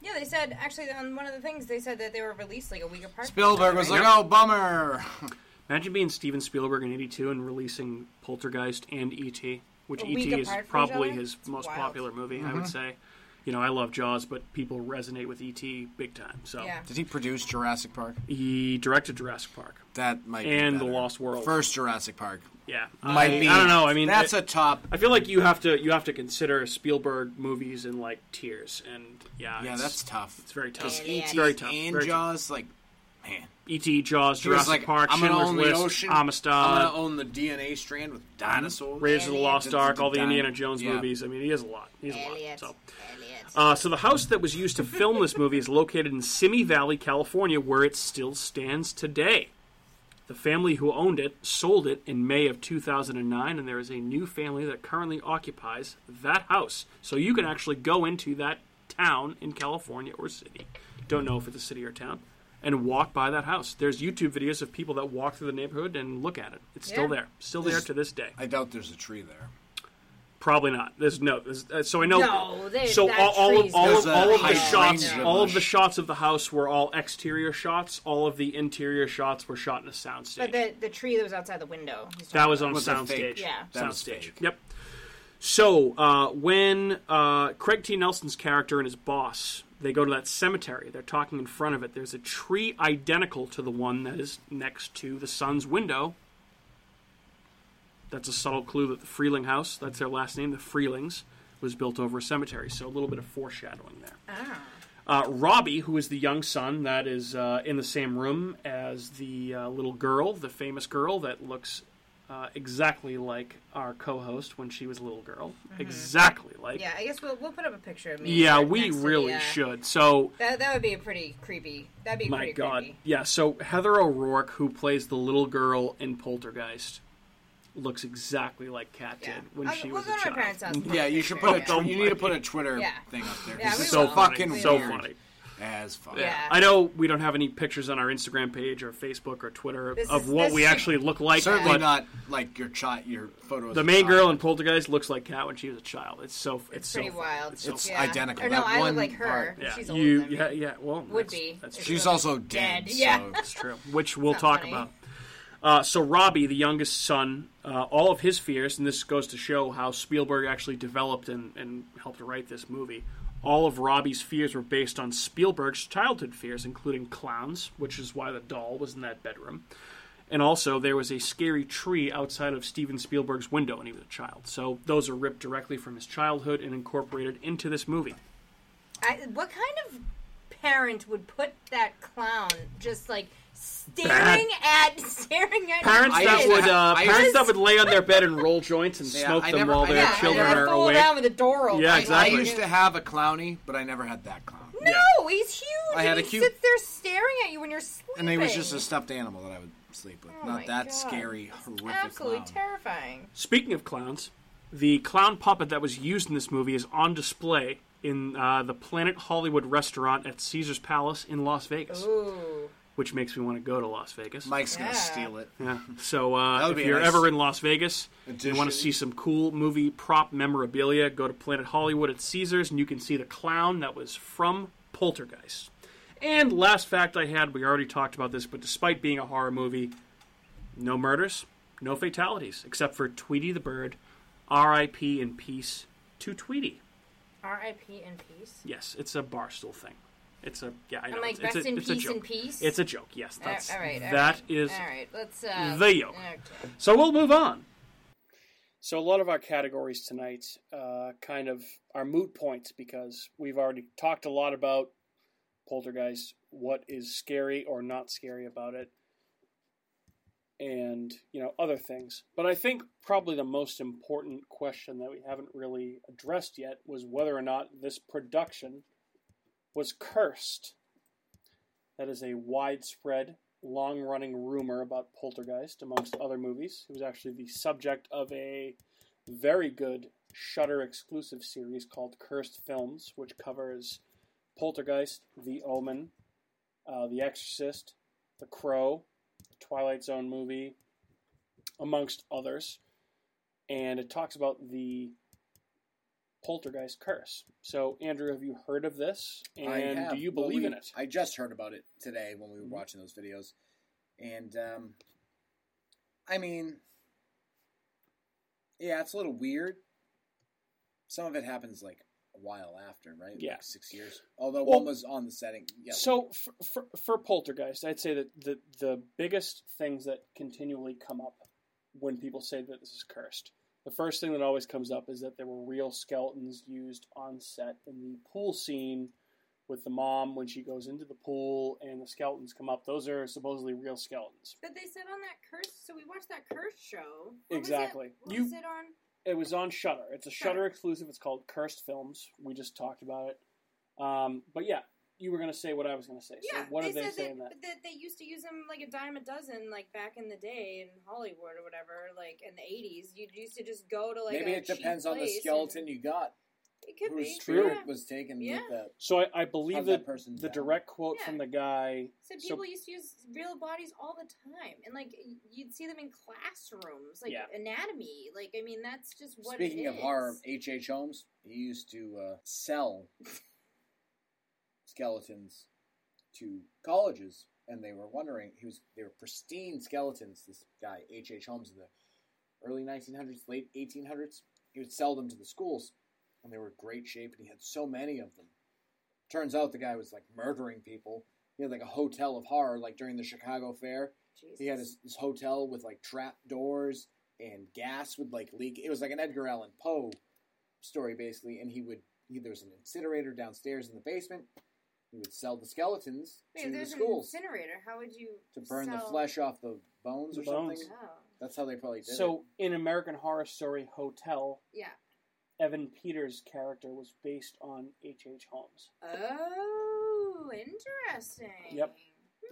S3: yeah, they said actually on one of the things they said that they were released like a week apart. from each
S2: Spielberg
S3: other,
S2: was
S3: right?
S2: like, "Oh, bummer." *laughs*
S1: Imagine being Steven Spielberg in '82 and releasing Poltergeist and E.T., which
S3: A week
S1: E.T. is
S3: apart from each
S1: probably
S3: other?
S1: his
S3: It's
S1: most
S3: wild.
S1: popular movie. I would say. You know, I love Jaws, but people resonate with E.T. big time. So
S3: yeah,
S2: Did he produce Jurassic Park?
S1: he directed Jurassic Park.
S2: That might
S1: And
S2: be
S1: The
S2: better.
S1: Lost World.
S2: First Jurassic Park
S1: Yeah,
S2: might
S1: I,
S2: be.
S1: I don't know. I mean,
S2: that's
S1: I-
S2: a top.
S1: I feel like you have to you have to consider Spielberg movies in like tiers, and yeah,
S2: Yeah,
S1: it's-
S2: that's tough.
S1: it's very tough.
S3: Yeah,
S1: It's
S3: yeah.
S1: very tough.
S2: E And
S1: very tough.
S2: Jaws, like, man,
S1: E.T., Jaws,
S2: he was
S1: Jurassic
S2: like,
S1: Park,
S2: I'm gonna
S1: Schindler's
S2: own
S1: List,
S2: the ocean. I'm
S1: Amistad,
S2: gonna own the DNA strand with dinosaurs.
S1: Raiders of the
S3: Alien.
S1: Lost
S2: The-
S1: Ark,
S2: the
S1: all the
S2: dino-
S1: Indiana Jones
S2: yeah.
S1: movies. I mean, he has a lot. He has
S3: Elliot,
S1: a lot. So.
S3: Elliot.
S1: Uh, so the house that was used to film this movie is located in Simi Valley, California, where it still stands today. The family who owned it sold it in May of 2009, and there is a new family that currently occupies that house. So you can actually go into that town in California or city. Don't know if it's a city or town. And walk by that house. There's YouTube videos of people that walk through the neighborhood and look at it. It's still
S3: Yeah.
S1: there, still there
S2: There's-
S1: to this day.
S2: I doubt there's a tree there.
S1: Probably not. There's no. There's, uh, so I know.
S3: No, they-
S1: so
S3: that
S1: all, all of
S3: tree's
S1: all of,
S2: There's a
S1: all of
S2: high
S1: the shots,
S2: range of
S1: all of
S2: bush.
S1: the shots of the house were all exterior shots. All of the interior shots were shot in a soundstage.
S3: But the, the tree that was outside the window. he's
S1: That
S3: talking
S1: was
S3: about.
S1: on
S2: Was that fake?
S1: soundstage.
S3: Yeah.
S2: That was
S1: soundstage.
S2: fake.
S1: Yep. So uh, when uh, Craig T. Nelson's character and his boss they go to that cemetery, they're talking in front of it. There's a tree identical to the one that is next to the son's window. That's a subtle clue that the Freeling House, that's their last name, the Freelings, was built over a cemetery. So a little bit of foreshadowing there.
S3: Ah.
S1: Uh, Robbie, who is the young son that is uh, in the same room as the uh, little girl, the famous girl that looks uh, exactly like our co-host when she was a little girl, exactly like.
S3: Mm-hmm. Yeah, I guess we'll, we'll put up a picture of me.
S1: Yeah,
S3: right
S1: we
S3: next to the,
S1: really
S3: uh,
S1: should. So,
S3: That, that would be a pretty creepy. That'd be
S1: my
S3: pretty
S1: God,
S3: creepy.
S1: yeah. So Heather O'Rourke, who plays the little girl in Poltergeist, looks exactly like Kat
S3: Yeah.
S1: did when
S3: I'll-
S1: she
S3: we'll
S1: was a
S3: go to my
S1: child.
S3: parents' house. and
S2: Yeah,
S3: take
S2: you should
S3: picture,
S2: put a.
S3: yeah.
S1: Don't
S2: Oh, you need to put
S1: worry.
S2: a Twitter
S3: Yeah.
S2: thing up there. 'cause
S3: Yeah, we
S2: it's
S1: so
S3: will.
S1: funny,
S2: fucking
S3: We
S1: so
S3: will.
S2: weird
S1: funny.
S2: as fuck.
S3: Yeah.
S1: I know we don't have any pictures on our Instagram page or Facebook or Twitter
S3: This
S1: of
S3: is-
S1: what
S3: this
S1: we
S3: should-
S1: actually look like.
S2: Certainly
S1: but
S2: not like your shot, your photos.
S1: The
S2: of
S1: main
S2: child.
S1: girl in Poltergeist looks like Kat when she was a child. It's so it's, so
S3: pretty
S1: funny.
S3: wild.
S1: It's so
S2: It's
S1: funny.
S3: yeah.
S2: identical.
S3: Or no,
S2: That
S3: I
S2: one
S3: look like her.
S2: part.
S1: yeah.
S3: She's older
S1: you
S3: than me.
S1: yeah yeah well
S3: Would
S1: that's,
S3: be.
S1: that's
S3: It's
S1: true.
S2: She's also dead.
S3: Dead, yeah.
S2: So.
S1: That's true. *laughs* Which we'll
S3: not
S1: talk
S3: funny.
S1: about. Uh, so Robbie, the youngest son, uh, all of his fears, and this goes to show how Spielberg actually developed and, and helped write this movie. All of Robbie's fears were based on Spielberg's childhood fears, including clowns, which is why the doll was in that bedroom. And also, there was a scary tree outside of Steven Spielberg's window when he was a child. So those are ripped directly from his childhood and incorporated into this movie.
S3: I, what kind of parent would put that clown just like staring at *laughs* staring at
S1: Parents
S2: I
S1: that
S3: your kid?
S2: used to
S1: would
S2: have-
S1: uh,
S2: I used-
S1: parents that would lay on their bed and roll joints and
S2: Yeah,
S1: smoke
S2: I
S1: them
S2: never-
S1: while
S2: I-
S1: their
S2: yeah,
S3: yeah,
S1: children
S3: and
S1: are
S3: I fall
S1: awake.
S3: down with the door open.
S1: Yeah,
S3: *laughs* Like,
S2: I
S1: exactly.
S2: used to have a clowny, but I never had that clown.
S3: No, he's huge.
S2: I had
S3: and
S2: a
S3: he
S2: cute-
S3: sits there staring at you when you're sleeping.
S2: And he was just a stuffed animal that I would sleep with.
S3: Oh my
S2: Not that
S3: God.
S2: scary, horrific
S3: absolutely
S2: clown.
S3: terrifying.
S1: Speaking of clowns, the clown puppet that was used in this movie is on display in uh, the Planet Hollywood restaurant at Caesar's Palace in Las Vegas,
S3: Ooh,
S1: which makes me want to go to Las Vegas.
S2: Mike's
S3: Yeah.
S2: gonna steal it.
S1: yeah. So
S2: That
S1: uh,
S2: would
S1: if
S2: be a
S1: you're
S2: nice
S1: ever in Las Vegas and you want to
S2: addition.
S1: see some cool movie prop memorabilia, go to Planet Hollywood at Caesars and you can see the clown that was from Poltergeist. And last fact I had, we already talked about this, but despite being a horror movie, no murders, no fatalities, except for Tweety the bird. R.I.P. in peace to Tweety.
S3: R.I.P. in peace.
S1: Yes, it's a barstool thing. It's a yeah. I know.
S3: I'm like,
S1: it's,
S3: rest
S1: it's a,
S3: in
S1: it's a
S3: peace
S1: joke.
S3: in peace.
S1: It's a joke. Yes,
S3: all
S1: that's
S3: right, all
S1: that
S3: right.
S1: is
S3: all right. Let's uh,
S1: the yoke.
S3: Okay.
S1: So we'll move on. So a lot of our categories tonight uh, kind of are moot points because we've already talked a lot about Poltergeist, what is scary or not scary about it, and you know other things. But I think probably the most important question that we haven't really addressed yet was whether or not this production was cursed. That is a widespread, long running rumor about Poltergeist, amongst other movies. It was actually the subject of a very good Shutter exclusive series called Cursed Films, which covers Poltergeist, The Omen, uh, The Exorcist, The Crow, the Twilight Zone movie, amongst others. And it talks about the Poltergeist curse. So, Andrew, have you heard of this?
S2: I
S1: And
S2: have,
S1: do you
S2: but
S1: believe
S2: we-
S1: in it? Mm-hmm.
S2: I just heard about it today when we were watching those videos, and um, I mean, yeah, it's a little weird. Some of it happens like a while after, right? Like,
S1: Yeah.
S2: six years. Although
S1: Well-
S2: one was on the setting. Yeah,
S1: so for, for, for poltergeist i'd say that the, the biggest things that continually come up when people say that this is cursed the first thing that always comes up is that there were real skeletons used on set in the pool scene with the mom when she goes into the pool and the skeletons come up those are supposedly real skeletons
S3: But they said on that curse, so we watched that curse show.
S1: What was it- Exactly. what You- was
S3: it on?
S1: It was on Shutter. It's a Shutter
S3: Shudder.
S1: exclusive. It's called Cursed Films. We just talked about it. Um, but yeah, you were going to say what I was going to say.
S3: Yeah,
S1: so what
S3: they
S1: are they
S3: said
S1: saying
S3: that, that they used to use them like a dime a dozen, like back in the day in Hollywood or whatever, like in the eighties. You used to just go to like
S2: maybe
S3: a
S2: it
S3: cheap
S2: depends on the
S3: place and-
S2: skeleton you got.
S3: could
S2: Her
S3: be.
S2: spirit
S3: Yeah.
S2: was taken
S3: Yeah.
S2: with that.
S1: So I, I believe
S2: How's
S1: that
S2: that person
S1: the
S2: down?
S1: direct quote
S3: Yeah.
S1: from the guy.
S3: So
S1: So-
S3: people used to use real bodies all the time, and like y- you'd see them in classrooms, like
S1: Yeah.
S3: anatomy. Like I mean, that's just what.
S2: Speaking
S3: it
S2: of
S3: is.
S2: horror, H. H. Holmes he used to uh,
S3: *laughs*
S2: sell skeletons to colleges, and they were wondering he was they were pristine skeletons. This guy H. H. Holmes in the early 1900s, late 1800s, he would sell them to the schools, and they were in great shape, and he had so many of them. Turns out the guy was like murdering people. He had like a hotel of horror, like during the Chicago Fair.
S3: Jesus.
S2: He had his, his hotel with like trap doors and gas would like leak. It was like an Edgar Allan Poe story basically, and he would he, there was an incinerator downstairs in the basement. He would sell the skeletons
S3: Wait,
S2: to
S3: if
S2: the
S3: there's an
S2: schools
S3: incinerator. How would you
S2: to burn the
S3: sell-
S2: flesh off the bones
S1: The
S2: or
S1: bones.
S2: something.
S3: Oh,
S2: That's how they probably did it.
S1: So in American Horror Story Hotel,
S3: yeah.
S1: Evan Peters' character was based on H. H. Holmes.
S3: Oh, interesting.
S1: Yep.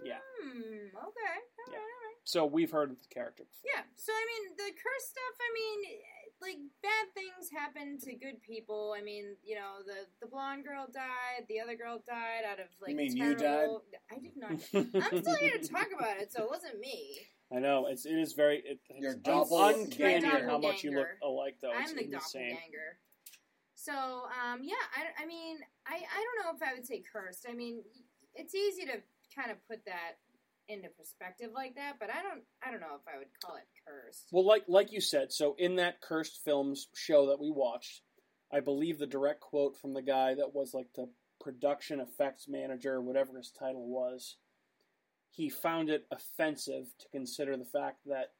S1: Yeah.
S3: Hmm, okay. All right.
S1: Yeah.
S3: All right.
S1: So we've heard of the character. before.
S3: Yeah. So I mean, the curse stuff. I mean, like bad things happen to good people. I mean, you know, the the blonde girl died. The other girl died out of like.
S2: mean you
S3: terrible- I did
S1: *laughs*
S3: not. I'm still here to talk about it, so it wasn't me.
S1: I know it's it is very it, it's
S2: Your
S1: un-
S2: doppelganger.
S1: uncanny
S3: My
S1: how much you look
S3: doppelganger.
S1: alike though. it's
S3: I'm the
S1: insane.
S3: doppelganger. So um, yeah, I, I mean, I, I don't know if I would say cursed. I mean, it's easy to kind of put that into perspective like that, but I don't I don't know if I would call it cursed.
S1: Well, like like you said, so in that cursed films show that we watched, I believe the direct quote from the guy that was like the production effects manager, whatever his title was, he found it offensive to consider the fact that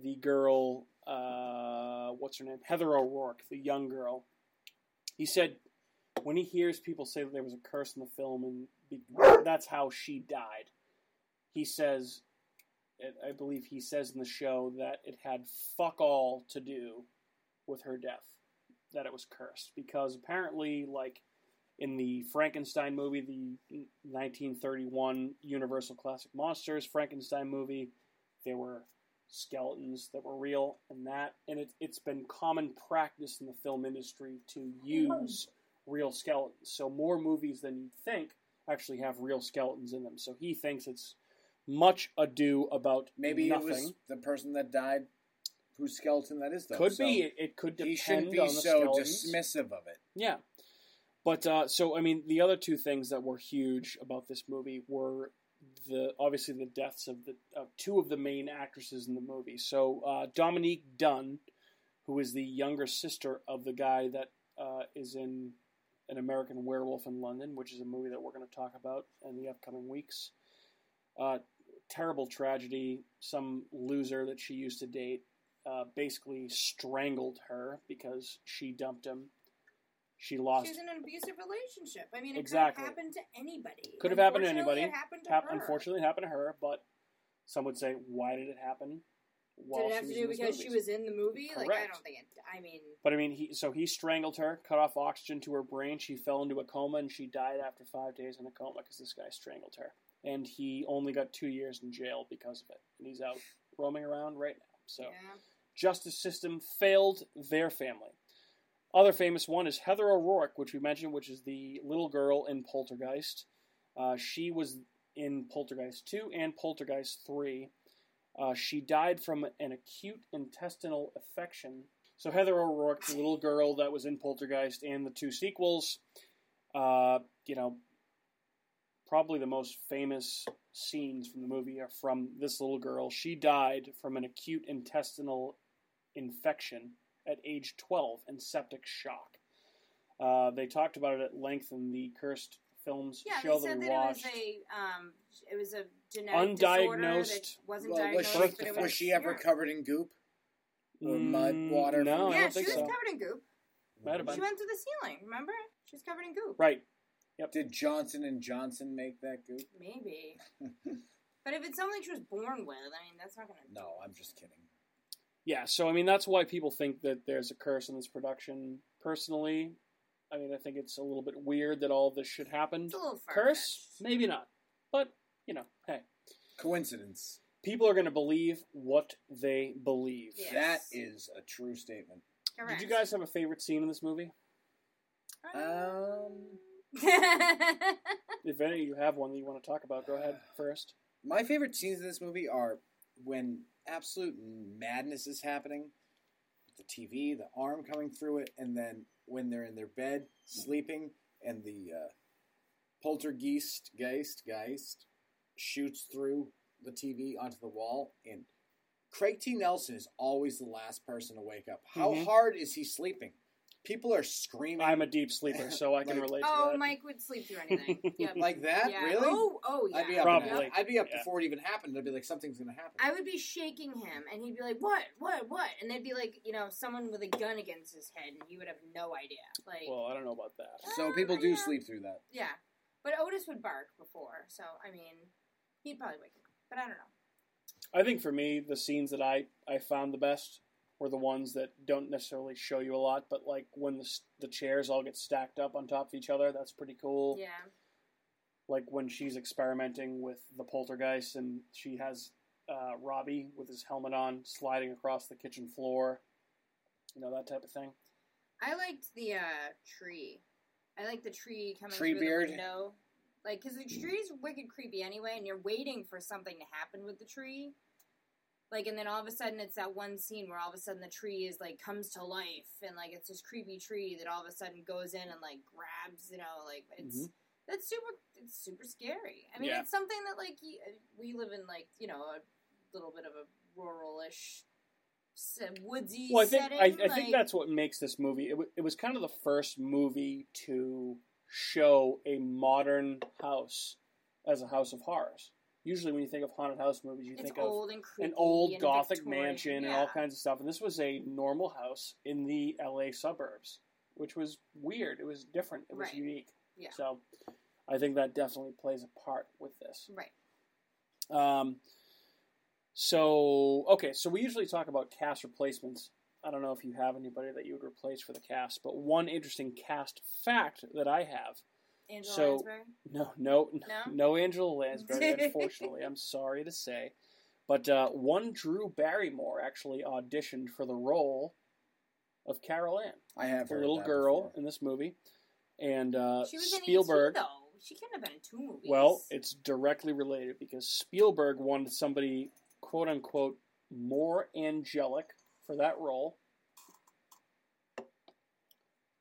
S1: the girl, uh, what's her name, Heather O'Rourke, the young girl, he said when he hears people say that there was a curse in the film and be- that's how she died, he says it, I believe he says in the show that it had fuck all to do with her death, that it was cursed because apparently, like in the Frankenstein movie, the 1931 Universal Classic Monsters Frankenstein movie, there were skeletons that were real, and that and it, it's been common practice in the film industry to use real skeletons. So more movies than you'd think actually have real skeletons in them. So he thinks it's much ado about
S2: Maybe
S1: nothing.
S2: it was the person that died whose skeleton that is though.
S1: could
S2: so
S1: be. It, it could
S2: He
S1: depend
S2: shouldn't be
S1: on the
S2: so
S1: skeletons.
S2: dismissive of it.
S1: Yeah. But uh, so I mean, the other two things that were huge about this movie were the obviously the deaths of the of two of the main actresses in the movie. So uh, Dominique Dunn, who is the younger sister of the guy that uh, is in an American Werewolf in London, which is a movie that we're going to talk about in the upcoming weeks. Uh, terrible tragedy. Some loser that she used to date uh, basically strangled her because she dumped him. She lost.
S3: She was in an abusive relationship. I mean, it
S1: Exactly.
S3: could have happened to anybody.
S1: Could have happened to
S3: Unfortunately,
S1: anybody.
S3: It happened to
S1: hap-
S3: her.
S1: Unfortunately, it happened to her. But some would say, why did it happen?
S3: did
S1: While
S3: it have to
S1: was
S3: do
S1: in this
S3: because
S1: movie?
S3: she was in the movie? Like, I
S1: Correct.
S3: don't think it. I mean,
S1: But I mean, he so he strangled her, cut off oxygen to her brain. She fell into a coma, and she died after five days in a coma because this guy strangled her. And he only got two years in jail because of it, and he's out roaming around right now. So
S3: yeah.
S1: justice system failed their family. Other famous one is Heather O'Rourke, which we mentioned, which is the little girl in Poltergeist. Uh, she was in Poltergeist 2 and Poltergeist 3. Uh, she died from an acute intestinal affection. So Heather O'Rourke, the little girl that was in Poltergeist and the two sequels, uh, you know, probably the most famous scenes from the movie are from this little girl. She died from an acute intestinal infection at age 12 and septic shock. Uh, they talked about it at length in the cursed films
S3: Yeah,
S1: show that
S3: they said
S1: we
S3: that
S1: watched.
S3: it was a um, it was a genetic disorder that
S1: Undiagnosed-
S3: wasn't
S2: Well, was
S3: diagnosed.
S2: she,
S3: but it
S1: defect.
S3: was,
S2: was she ever
S3: yeah.
S2: covered in goop? or mud,
S1: Mm,
S2: water
S1: No,
S2: from-
S1: I
S3: Yeah,
S1: don't
S3: she
S1: think
S3: was
S1: so.
S3: covered in goop.
S1: Might have
S3: She
S1: been.
S3: went to the ceiling. Remember, she was covered in goop.
S1: Right.
S2: Did Johnson and Johnson make that goop?
S3: Maybe. but if it's something she was born with, I mean, that's not gonna.
S2: No, I'm just kidding.
S1: Yeah. So I mean, that's why people think that there's a curse in this production. Personally, I mean, I think it's a little bit weird that all this should happen.
S3: It's a little far
S1: Curse? Maybe not. But you know, hey,
S2: Coincidence.
S1: people are going to believe what they believe.
S3: Yeah.
S2: That
S3: Yes.
S2: is a true statement.
S3: *laughs*
S1: Did you guys have a favorite scene in this movie?
S2: Um,
S1: If any of you have one that you want to talk about, go
S3: *sighs*
S1: ahead first.
S2: my favorite scenes in this movie are when absolute madness is happening the tv the arm coming through it and then when they're in their bed sleeping and the uh, poltergeist geist geist shoots through the tv onto the wall and craig t nelson is always the last person to wake up how
S1: Mhm.
S2: hard is he sleeping people are screaming
S1: I'm a deep sleeper, so I can
S2: Like-
S1: relate to
S3: oh,
S1: that.
S3: Mike would sleep through anything.
S2: *laughs*
S3: Yep.
S2: like that
S3: Yeah.
S2: really
S3: Oh, oh yeah.
S2: i'd be up
S1: Probably.
S2: and out. i'd be up
S1: Yeah.
S2: before it even happened i'd be like something's gonna happen
S3: I would be shaking him, and he'd be like, "What? What? What?" And they'd be like, you know, someone with a gun against his head, and he would have no idea. Like,
S1: Well, I don't know about that.
S2: so people do
S3: Yeah.
S2: sleep through that
S3: yeah. But Otis would bark before, so I mean, he'd probably wake him. up. But I don't know.
S1: I think for me, the scenes that I, I found the best were the ones that don't necessarily show you a lot, but like when the, s- the chairs all get stacked up on top of each other, that's pretty cool.
S3: Yeah.
S1: Like when she's experimenting with the poltergeist and she has uh, Robbie with his helmet on sliding across the kitchen floor, you know, that type of thing.
S3: I liked the uh, tree. I like the tree coming
S2: Tree
S3: through
S2: beard.
S3: the window. Like, because the tree's wicked creepy anyway, and you're waiting for something to happen with the tree. Like, and then all of a sudden, it's that one scene where all of a sudden the tree is like comes to life, and like it's this creepy tree that all of a sudden goes in and like grabs, you know, like it's that's super, it's super scary. I mean,
S1: Mm-hmm. Yeah.
S3: it's something that like y- we live in like you know a little bit of a ruralish, se- woodsy
S1: Well, I think
S3: setting.
S1: I, I
S3: like-
S1: think that's what makes this movie. It, w- it was kind of the first movie to show a modern house as a house of horrors. Usually, when you think of haunted house movies, you
S3: it's
S1: think of
S3: old and creepy
S1: an old
S3: and
S1: gothic
S3: Victorian.
S1: mansion and
S3: Yeah.
S1: all kinds of stuff. And this was a normal house in the LA suburbs, which was weird. It was different. It was
S3: Right.
S1: unique.
S3: Yeah.
S1: So I think that definitely plays a part with this.
S3: Right.
S1: Um, so okay, so we usually talk about cast replacements. I don't know if you have anybody that you would replace for the cast, but one interesting cast fact that I have.
S3: Angela
S1: So-
S3: Lansbury.
S1: No, no,
S3: No?
S1: *laughs* no, Angela
S3: *laughs*
S1: Lansbury, unfortunately. I'm sorry to say. But uh, one Drew Barrymore actually auditioned for the role of Carol Ann,
S2: I have
S1: the
S2: heard
S1: little
S2: that
S1: girl
S2: before.
S1: in this movie. And uh,
S3: she was
S1: Spielberg.
S3: in ET, though. She couldn't have been in two movies.
S1: Well, it's directly related because Spielberg wanted somebody, quote unquote, more angelic for that role.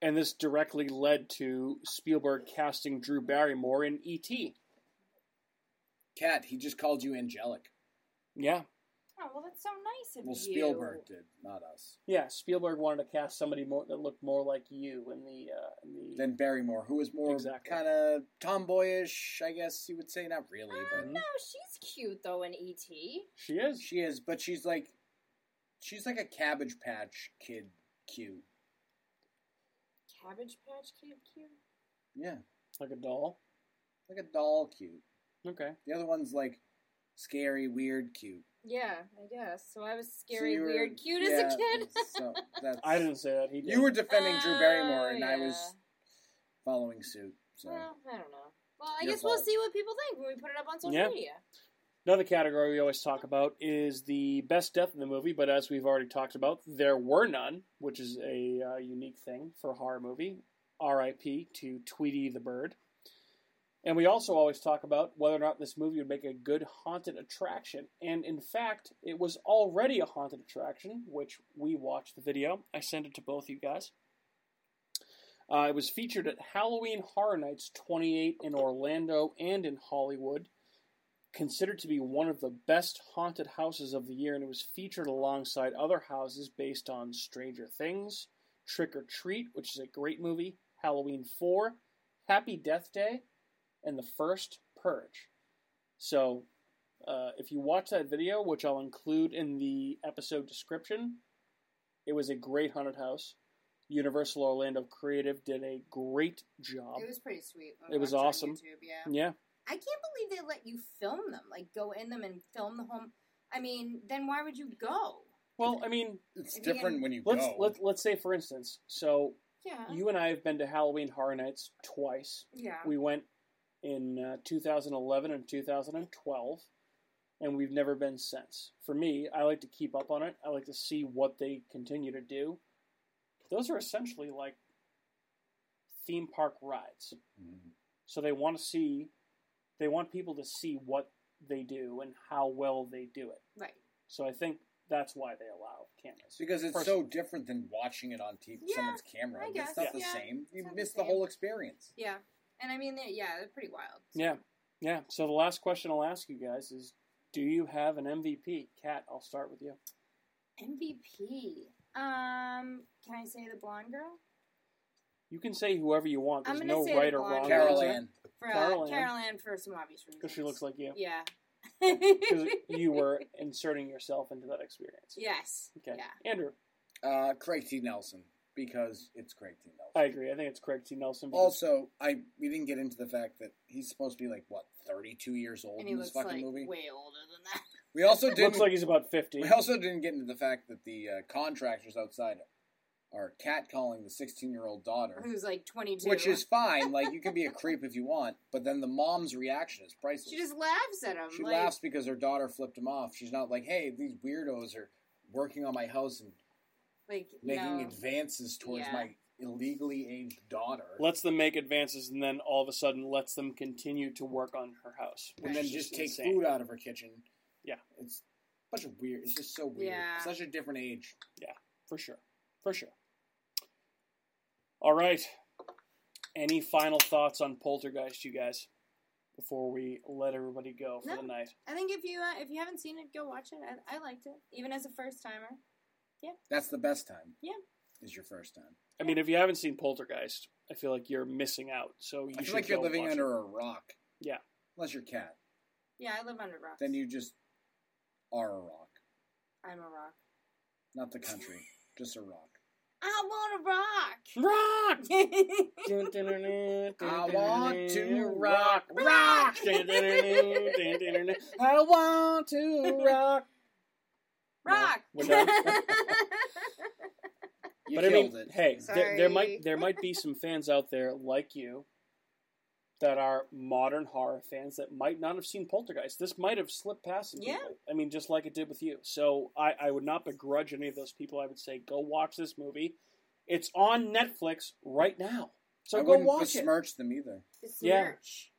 S1: And this directly led to Spielberg casting Drew Barrymore in E E.T.
S2: Cat, he just called you angelic.
S1: Yeah.
S3: oh well, that's so nice of
S2: Well,
S3: you.
S2: Spielberg did, not us.
S1: Yeah, Spielberg wanted to cast somebody more that looked more like you in the uh, in the
S2: Then Barrymore, who was more
S1: Exactly.
S2: kind of tomboyish, I guess you would say. Not really,
S3: Uh, no, she's cute though in E ET.
S1: she
S2: but
S1: is.
S2: she is. But she's like, she's like a Cabbage Patch kid, cute.
S3: Cabbage Patch Kid cute.
S2: Yeah,
S1: Like a doll.
S2: like a doll, cute.
S1: Okay.
S2: The other one's like scary, weird, cute.
S3: Yeah, I guess. So I was
S2: So
S3: scary,
S2: you were-
S3: weird, cute
S2: yeah,
S3: as a kid. *laughs*
S2: So that's,
S1: I didn't say that. He did.
S2: You were defending Drew Barrymore,
S3: Oh,
S2: and I was following suit. So
S3: Well, I don't know. Well, I
S2: Your
S3: guess we'll
S2: fault.
S3: see what people think when we put it up on social
S1: Yeah.
S3: media.
S1: Another category we always talk about is the best death in the movie, but as we've already talked about, there were none, which is a uh, unique thing for a horror movie. R.I.P. to Tweety the Bird. And we also always talk about whether or not this movie would make a good haunted attraction. And in fact, it was already a haunted attraction, which we watched the video. I sent it to both you guys. Uh, it was featured at Halloween Horror Nights 28 in Orlando and in Hollywood considered to be one of the best haunted houses of the year, and it was featured alongside other houses based on Stranger Things, Trick or Treat, which is a great movie, Halloween 4, Happy Death Day, and The First Purge. So, uh, if you watch that video, which I'll include in the episode description, it was a great haunted house. Universal Orlando Creative did a great job.
S3: It was pretty sweet. when
S1: It
S3: we
S1: was
S3: watched on
S1: awesome.
S3: YouTube, yeah.
S1: yeah,
S3: I can't believe they let you film them. Like go in them and film the home. I mean, then why would you go?
S1: well, I mean,
S2: it's
S3: If you
S2: different
S3: can-
S2: when you
S1: let's
S2: go.
S1: let let's say for instance, so
S3: Yeah.
S1: You and I have been to Halloween Horror Nights twice.
S3: yeah.
S1: We went in uh, 2011 and 2012, and we've never been since. For me, I like to keep up on it. I like to see what they continue to do. Those are essentially like theme park rides.
S2: Mm-hmm.
S1: So they want to see, they want people to see what they do and how well they do it.
S4: Right.
S1: So I think that's why they allow cameras.
S2: It's because it's
S1: Personally.
S2: so different than watching it on TV,
S4: Yeah,
S2: someone's camera.
S3: I
S2: It's
S3: guess,
S2: not the
S4: yeah.
S2: same. You
S3: It's not the
S2: miss the
S3: same.
S2: whole experience.
S4: Yeah. And I mean, they're, yeah, they're pretty wild.
S1: Yeah, yeah. So the last question I'll ask you guys is: Do you have an MVP? Kat, I'll start with you.
S3: MVP. Um, can I say the blonde girl?
S1: You can say whoever you want.
S3: I'm
S1: There's
S3: gonna
S1: no
S3: say
S1: right
S3: the
S1: or wrong.
S3: blonde girl.
S2: Carol
S1: answer.
S2: Ann.
S3: For uh,
S1: Carol
S3: Carol,
S1: Ann.
S3: Ann for some obvious reasons.
S1: Because she looks like
S3: *laughs*
S1: you.
S4: Yeah.
S1: Because you were inserting yourself into that experience.
S4: Yes.
S1: Okay.
S4: Yeah.
S1: Andrew,
S2: Uh, Craig T. Nelson, because it's Craig T. Nelson.
S1: I agree. I think it's Craig T. Nelson. because-
S2: Also, I we didn't get into the fact that he's supposed to be like what thirty two years old
S4: And he
S2: in this
S4: looks
S2: fucking
S4: like
S2: movie.
S4: way older than that.
S3: *laughs*
S2: We also didn't.
S1: looks like he's about 50.
S2: we also didn't get into the fact that the uh, contractors outside are cat calling the sixteen year old
S3: Mm-hmm.
S2: daughter,
S4: Who's like 22.
S2: which is fine. Like you can be a creep if you want, but then the mom's reaction is priceless.
S4: She just laughs at him.
S2: She
S4: like,
S2: laughs because her daughter flipped him off. She's not like, "Hey, these weirdos are working on my house and
S4: Like,
S2: making
S4: no.
S2: advances towards
S4: Yeah.
S2: my illegally aged daughter."
S1: lets them make advances and then all of a sudden lets them continue to work on her house.
S2: and then
S1: which is
S2: just take
S1: insane.
S2: food out of her kitchen.
S1: Yeah.
S2: It's a bunch of weird. It's just so weird.
S4: Yeah.
S2: Such a different age.
S1: For sure. For sure. All right. Any final thoughts on Poltergeist, you guys, before we let everybody go for
S3: No.
S1: the night?
S3: I think if you uh, if you haven't seen it, go watch it. I, I liked it, even as a first timer.
S2: That's the best time.
S3: Yeah.
S2: Is your first time.
S1: I mean, if you haven't seen Poltergeist, I feel like you're missing out. So you
S2: I
S1: should
S2: feel like you're
S1: go
S2: living
S1: watch
S2: under a rock.
S1: Yeah.
S2: Unless you're cat,
S3: Yeah, I live under rocks.
S2: then you just are a rock,
S3: I'm a rock.
S2: not the country, just a rock.
S3: I want a rock.
S1: *laughs* it. Rock.
S2: I
S1: I
S2: want to rock, rock.
S1: I want to rock.
S3: *laughs* rock.
S1: we're
S3: *laughs*
S1: done.
S2: You
S1: but I
S2: killed
S1: mean,
S2: it.
S1: hey, there, there
S3: Sorry.
S1: might there might be some fans out there like you that are modern horror fans that might not have seen Poltergeist. This might have slipped past some
S3: Yeah.
S1: people. I mean, just like it did with you. So I, I would not begrudge any of those people. I would say go watch this movie. It's on Netflix right now. So
S2: I
S1: go
S2: wouldn't
S1: watch it.
S2: besmirch them either.
S4: It's
S1: Yeah.
S4: merch.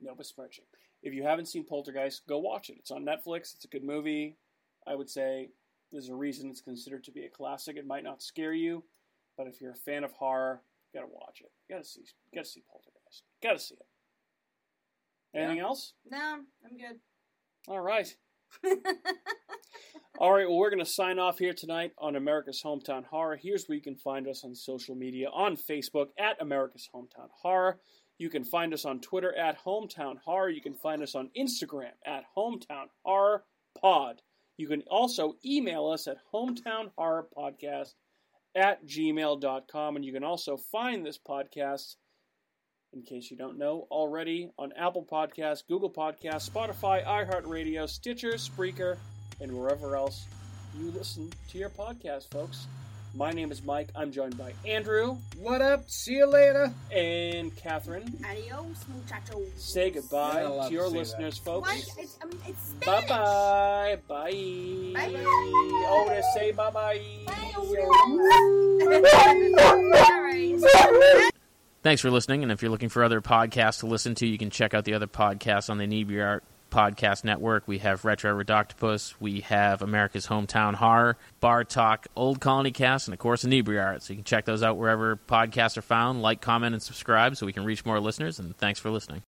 S1: No besmirching. If you haven't seen Poltergeist, go watch it. It's on Netflix. It's a good movie. I would say there's a reason it's considered to be a classic. It might not scare you, but if you're a fan of horror, you gotta watch it. You gotta see. You gotta see Poltergeist. You gotta see it. Anything else?
S3: no, I'm good. *laughs*
S1: All right. All right, well, we're going to sign off here tonight on America's Hometown Horror. Here's where you can find us on social media on Facebook at America's Hometown Horror. You can find us on Twitter at Hometown Horror. You can find us on Instagram at Hometown Horror Pod. You can also email us at Hometown Horror Podcast at gmail.com. And you can also find this podcast, in case you don't know already, on Apple Podcasts, Google Podcasts, Spotify, iHeartRadio, Stitcher, Spreaker, and wherever else you listen to your podcast, folks. My name is Mike. I'm joined by Andrew
S2: What up? See you later.
S1: and Catherine.
S4: Adios, muchachos.
S1: Say goodbye
S2: You're not allowed
S1: to your
S2: to say
S1: listeners,
S3: Why?
S1: folks.
S3: It's, um, it's
S1: Bye
S3: Spanish.
S1: bye. Bye. Bye. Oh, they say bye bye.
S3: *laughs* All
S1: *laughs*
S3: right.
S5: Thanks for listening, and if you're looking for other podcasts to listen to, you can check out the other podcasts on the Need Art Podcast Network. We have Retro Redoctopus, we have America's Hometown Horror, Bar Talk, Old Colony Cast, and of course Inebriart. So you can check those out wherever podcasts are found. Like, comment, and subscribe so we can reach more listeners, and thanks for listening.